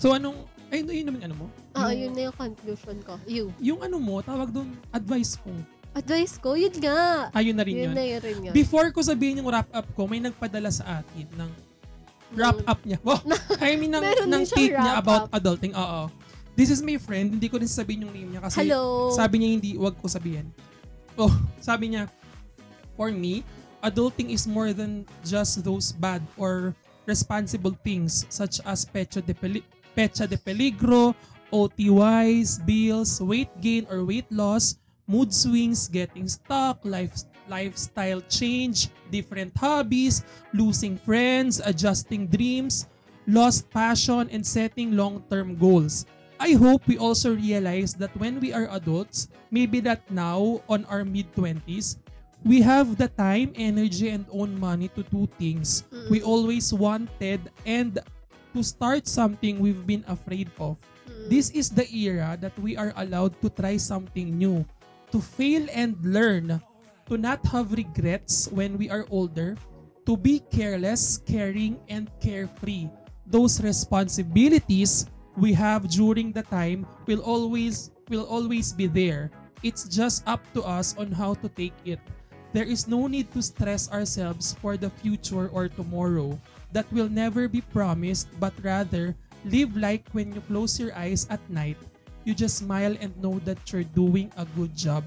Speaker 1: So anong ay no, yun naman ano mo?
Speaker 2: Oo,
Speaker 1: Yung-
Speaker 2: yun na yung conclusion ko. You.
Speaker 1: Yung ano mo, tawag doon, advice mo.
Speaker 2: Advice ko, yun nga.
Speaker 1: Ayun na rin
Speaker 2: Yun
Speaker 1: yun.
Speaker 2: na yun rin yun.
Speaker 1: Before ko sabihin yung wrap-up ko, may nagpadala sa akin ng wrap-up niya. Wow. I mean, ng,
Speaker 2: Meron
Speaker 1: ng
Speaker 2: din siyang
Speaker 1: tip niya about
Speaker 2: wrap-up.
Speaker 1: adulting. Oo. This is my friend. Hindi ko rin sabihin yung name niya kasi
Speaker 2: Hello.
Speaker 1: sabi niya hindi, wag ko sabihin. Oh, sabi niya, for me, adulting is more than just those bad or responsible things such as pecha de, peli- pecha de peligro, OTYs, bills, weight gain or weight loss, mood swings, getting stuck, life, lifestyle change, different hobbies, losing friends, adjusting dreams, lost passion, and setting long-term goals. I hope we also realize that when we are adults, maybe that now on our mid-20s, we have the time, energy, and own money to do things we always wanted and to start something we've been afraid of. This is the era that we are allowed to try something new, to fail and learn, to not have regrets when we are older, to be careless, caring, and carefree. Those responsibilities we have during the time will always will always be there. It's just up to us on how to take it. There is no need to stress ourselves for the future or tomorrow that will never be promised, but rather live like when you close your eyes at night, you just smile and know that you're doing a good job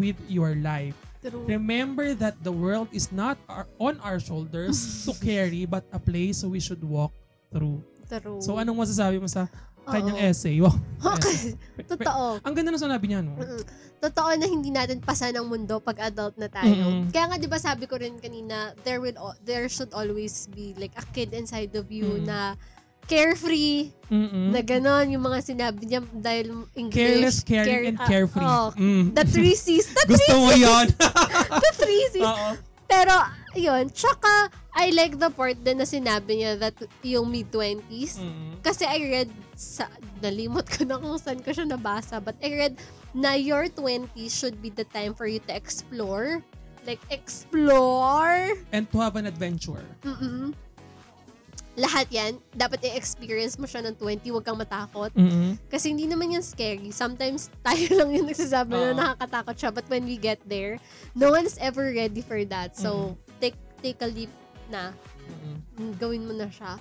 Speaker 1: with your life.
Speaker 2: True.
Speaker 1: Remember that the world is not our, on our shoulders to carry, but a place we should walk through.
Speaker 2: True.
Speaker 1: So ano anong masasabi mo sa kanyang
Speaker 2: Oo.
Speaker 1: essay? Wow. essay.
Speaker 2: Okay. Totoo.
Speaker 1: Ang ganda na sinabi niya, no?
Speaker 2: Mm-mm. Totoo na hindi natin pasa ng mundo pag adult na tayo.
Speaker 1: Mm-mm.
Speaker 2: Kaya nga 'di ba sabi ko rin kanina, there will al- there should always be like a kid inside of you
Speaker 1: Mm.
Speaker 2: na carefree,
Speaker 1: Mm-mm.
Speaker 2: na gano'n yung mga sinabi niya dahil English.
Speaker 1: Mm. Careless,
Speaker 2: care-
Speaker 1: caring, and
Speaker 2: ah,
Speaker 1: carefree.
Speaker 2: oh,
Speaker 1: Mm.
Speaker 2: the three C's. The
Speaker 1: Gusto mo yun?
Speaker 2: the three C's.
Speaker 1: Oo.
Speaker 2: Pero, yun. Tsaka, I like the part din na sinabi niya that yung mid-twenties,
Speaker 1: Mm.
Speaker 2: kasi I read sa nalimot ko na kung saan ko siya nabasa but I read na your 20s should be the time for you to explore like explore
Speaker 1: And to have an adventure.
Speaker 2: mm lahat yan dapat i-experience mo siya ng 20 huwag kang matakot
Speaker 1: Mm-mm.
Speaker 2: kasi hindi naman yan scary sometimes tayo lang yung nagsasabi na
Speaker 1: Oo.
Speaker 2: nakakatakot siya but when we get there no one's ever ready for that so take take a leap na Mm,
Speaker 1: Mm-mm.
Speaker 2: gawin mo na siya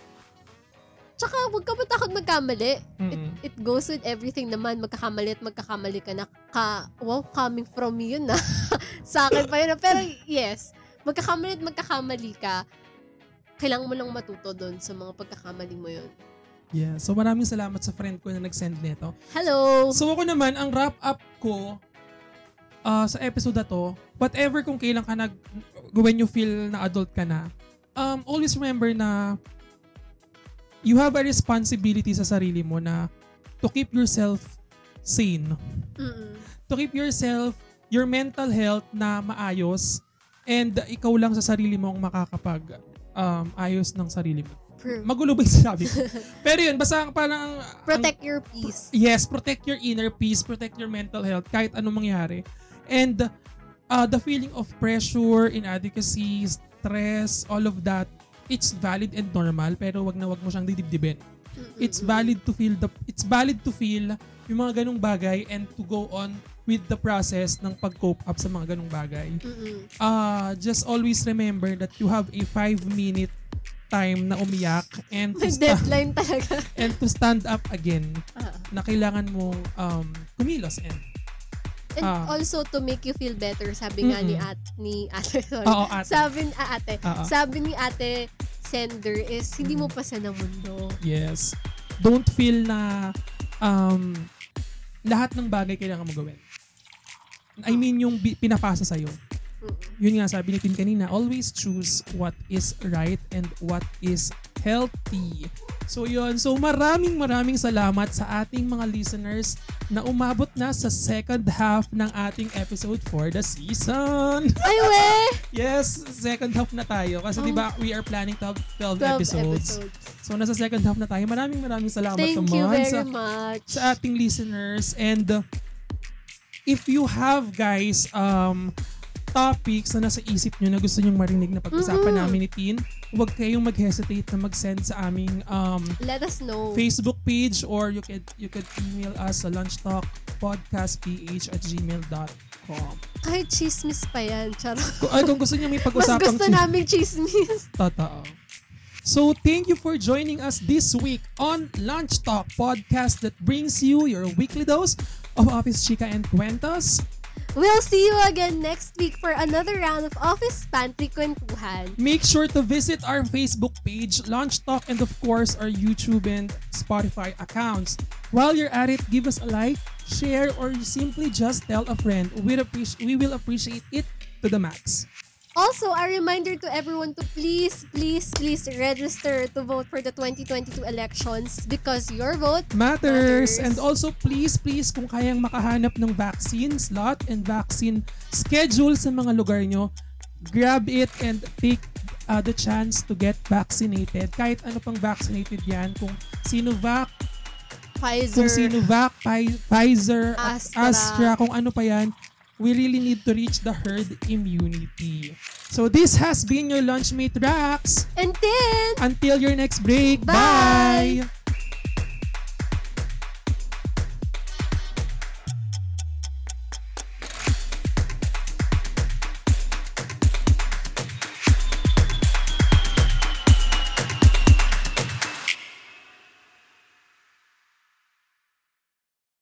Speaker 2: tsaka huwag ka matakot magkamali
Speaker 1: Mm-mm.
Speaker 2: it goes with everything naman. Magkakamali at magkakamali ka na. Ka, wow, coming from me yun na. Sa akin pa yun. ah. Pero yes, magkakamali at magkakamali ka. Kailangan mo lang matuto doon sa mga pagkakamali mo yun.
Speaker 1: Yeah. So maraming salamat sa friend ko na nag-send nito.
Speaker 2: Hello!
Speaker 1: So ako naman, ang wrap up ko ah, sa episode na to, whatever kung kailan ka nag, when you feel na adult ka na, um, always remember na you have a responsibility sa sarili mo na to keep yourself sane.
Speaker 2: Mm-mm.
Speaker 1: To keep yourself, your mental health na maayos and ikaw lang sa sarili mo ang makakapag um, ayos ng sarili mo.
Speaker 2: Pro-
Speaker 1: Magulo ba yung sinabi ko? Pero yun, basta parang... ang-
Speaker 2: protect your peace.
Speaker 1: Yes, protect your inner peace, protect your mental health, kahit anong mangyari. And uh, the feeling of pressure, inadequacy, stress, all of that, it's valid and normal, pero wag na wag mo siyang didibdibin.
Speaker 2: Mm-mm.
Speaker 1: It's valid to feel the it's valid to feel yung mga ganong bagay and to go on with the process ng pag-cope up sa mga ganong bagay.
Speaker 2: Mm-mm.
Speaker 1: Uh, just always remember that you have a 5-minute time na umiyak and to,
Speaker 2: May
Speaker 1: sta-
Speaker 2: deadline talaga.
Speaker 1: and to stand up again
Speaker 2: Ah.
Speaker 1: na kailangan mong um, kumilos and
Speaker 2: And
Speaker 1: Ah.
Speaker 2: also to make you feel better, sabi nga ni
Speaker 1: Mm-mm.
Speaker 2: at ni ate, sorry.
Speaker 1: oo ate.
Speaker 2: Sabi ni ah, ate,
Speaker 1: Ah, ah.
Speaker 2: sabi ni ate sender is hindi mo pa sa ng mundo.
Speaker 1: yes. Don't feel na um, lahat ng bagay kailangan mo gawin. I mean yung bi- pinapasa sa'yo. yun nga sabi ni Tin kanina, always choose what is right and what is healthy. So yun, so maraming maraming salamat sa ating mga listeners na umabot na sa second half ng ating episode for the season.
Speaker 2: Ay, we!
Speaker 1: Yes, second half na tayo kasi
Speaker 2: Oh.
Speaker 1: 'di ba we are planning to have 12,
Speaker 2: 12
Speaker 1: episodes.
Speaker 2: episodes.
Speaker 1: So nasa second half na tayo. Maraming maraming salamat
Speaker 2: Thank
Speaker 1: naman
Speaker 2: you
Speaker 1: sa
Speaker 2: very much.
Speaker 1: sa ating listeners and uh, if you have guys um topics na nasa isip nyo na gusto nyong marinig na pag-usapan
Speaker 2: Mhm.
Speaker 1: namin ni Tin, huwag kayong mag-hesitate na mag-send sa aming um,
Speaker 2: Let us know.
Speaker 1: Facebook page or you could you could email us sa lunchtalkpodcastph at gmail.com.
Speaker 2: Kahit chismis pa yan, charot.
Speaker 1: Kung, ay, kung gusto nyo may
Speaker 2: Mas
Speaker 1: pag-usapang
Speaker 2: gusto namin chismis.
Speaker 1: Totoo. So, thank you for joining us this week on Lunch Talk podcast that brings you your weekly dose of Office Chica and Cuentos.
Speaker 2: We'll see you again next week for another round of Office Pantry Kwentuhan.
Speaker 1: Make sure to visit our Facebook page, Lunch Talk, and of course, our YouTube and Spotify accounts. While you're at it, give us a like, share, or simply just tell a friend. We'd appreci- we will appreciate it to the max.
Speaker 2: Also, a reminder to everyone to please, please, please register to vote for the 2022 elections because your vote
Speaker 1: matters.
Speaker 2: Matters.
Speaker 1: And also, please, please, kung kayang makahanap ng vaccine slot and vaccine schedule sa mga lugar nyo, grab it and take uh, the chance to get vaccinated. Kahit ano pang vaccinated yan, kung Sinovac,
Speaker 2: Pfizer.
Speaker 1: kung Sinovac, Pfi- Pfizer, at
Speaker 2: Astra.
Speaker 1: Astra, kung ano pa yan, we really need to reach the herd immunity. So this has been your Lunchmate Rax.
Speaker 2: And then,
Speaker 1: Until your next break.
Speaker 2: Bye!
Speaker 1: Bye!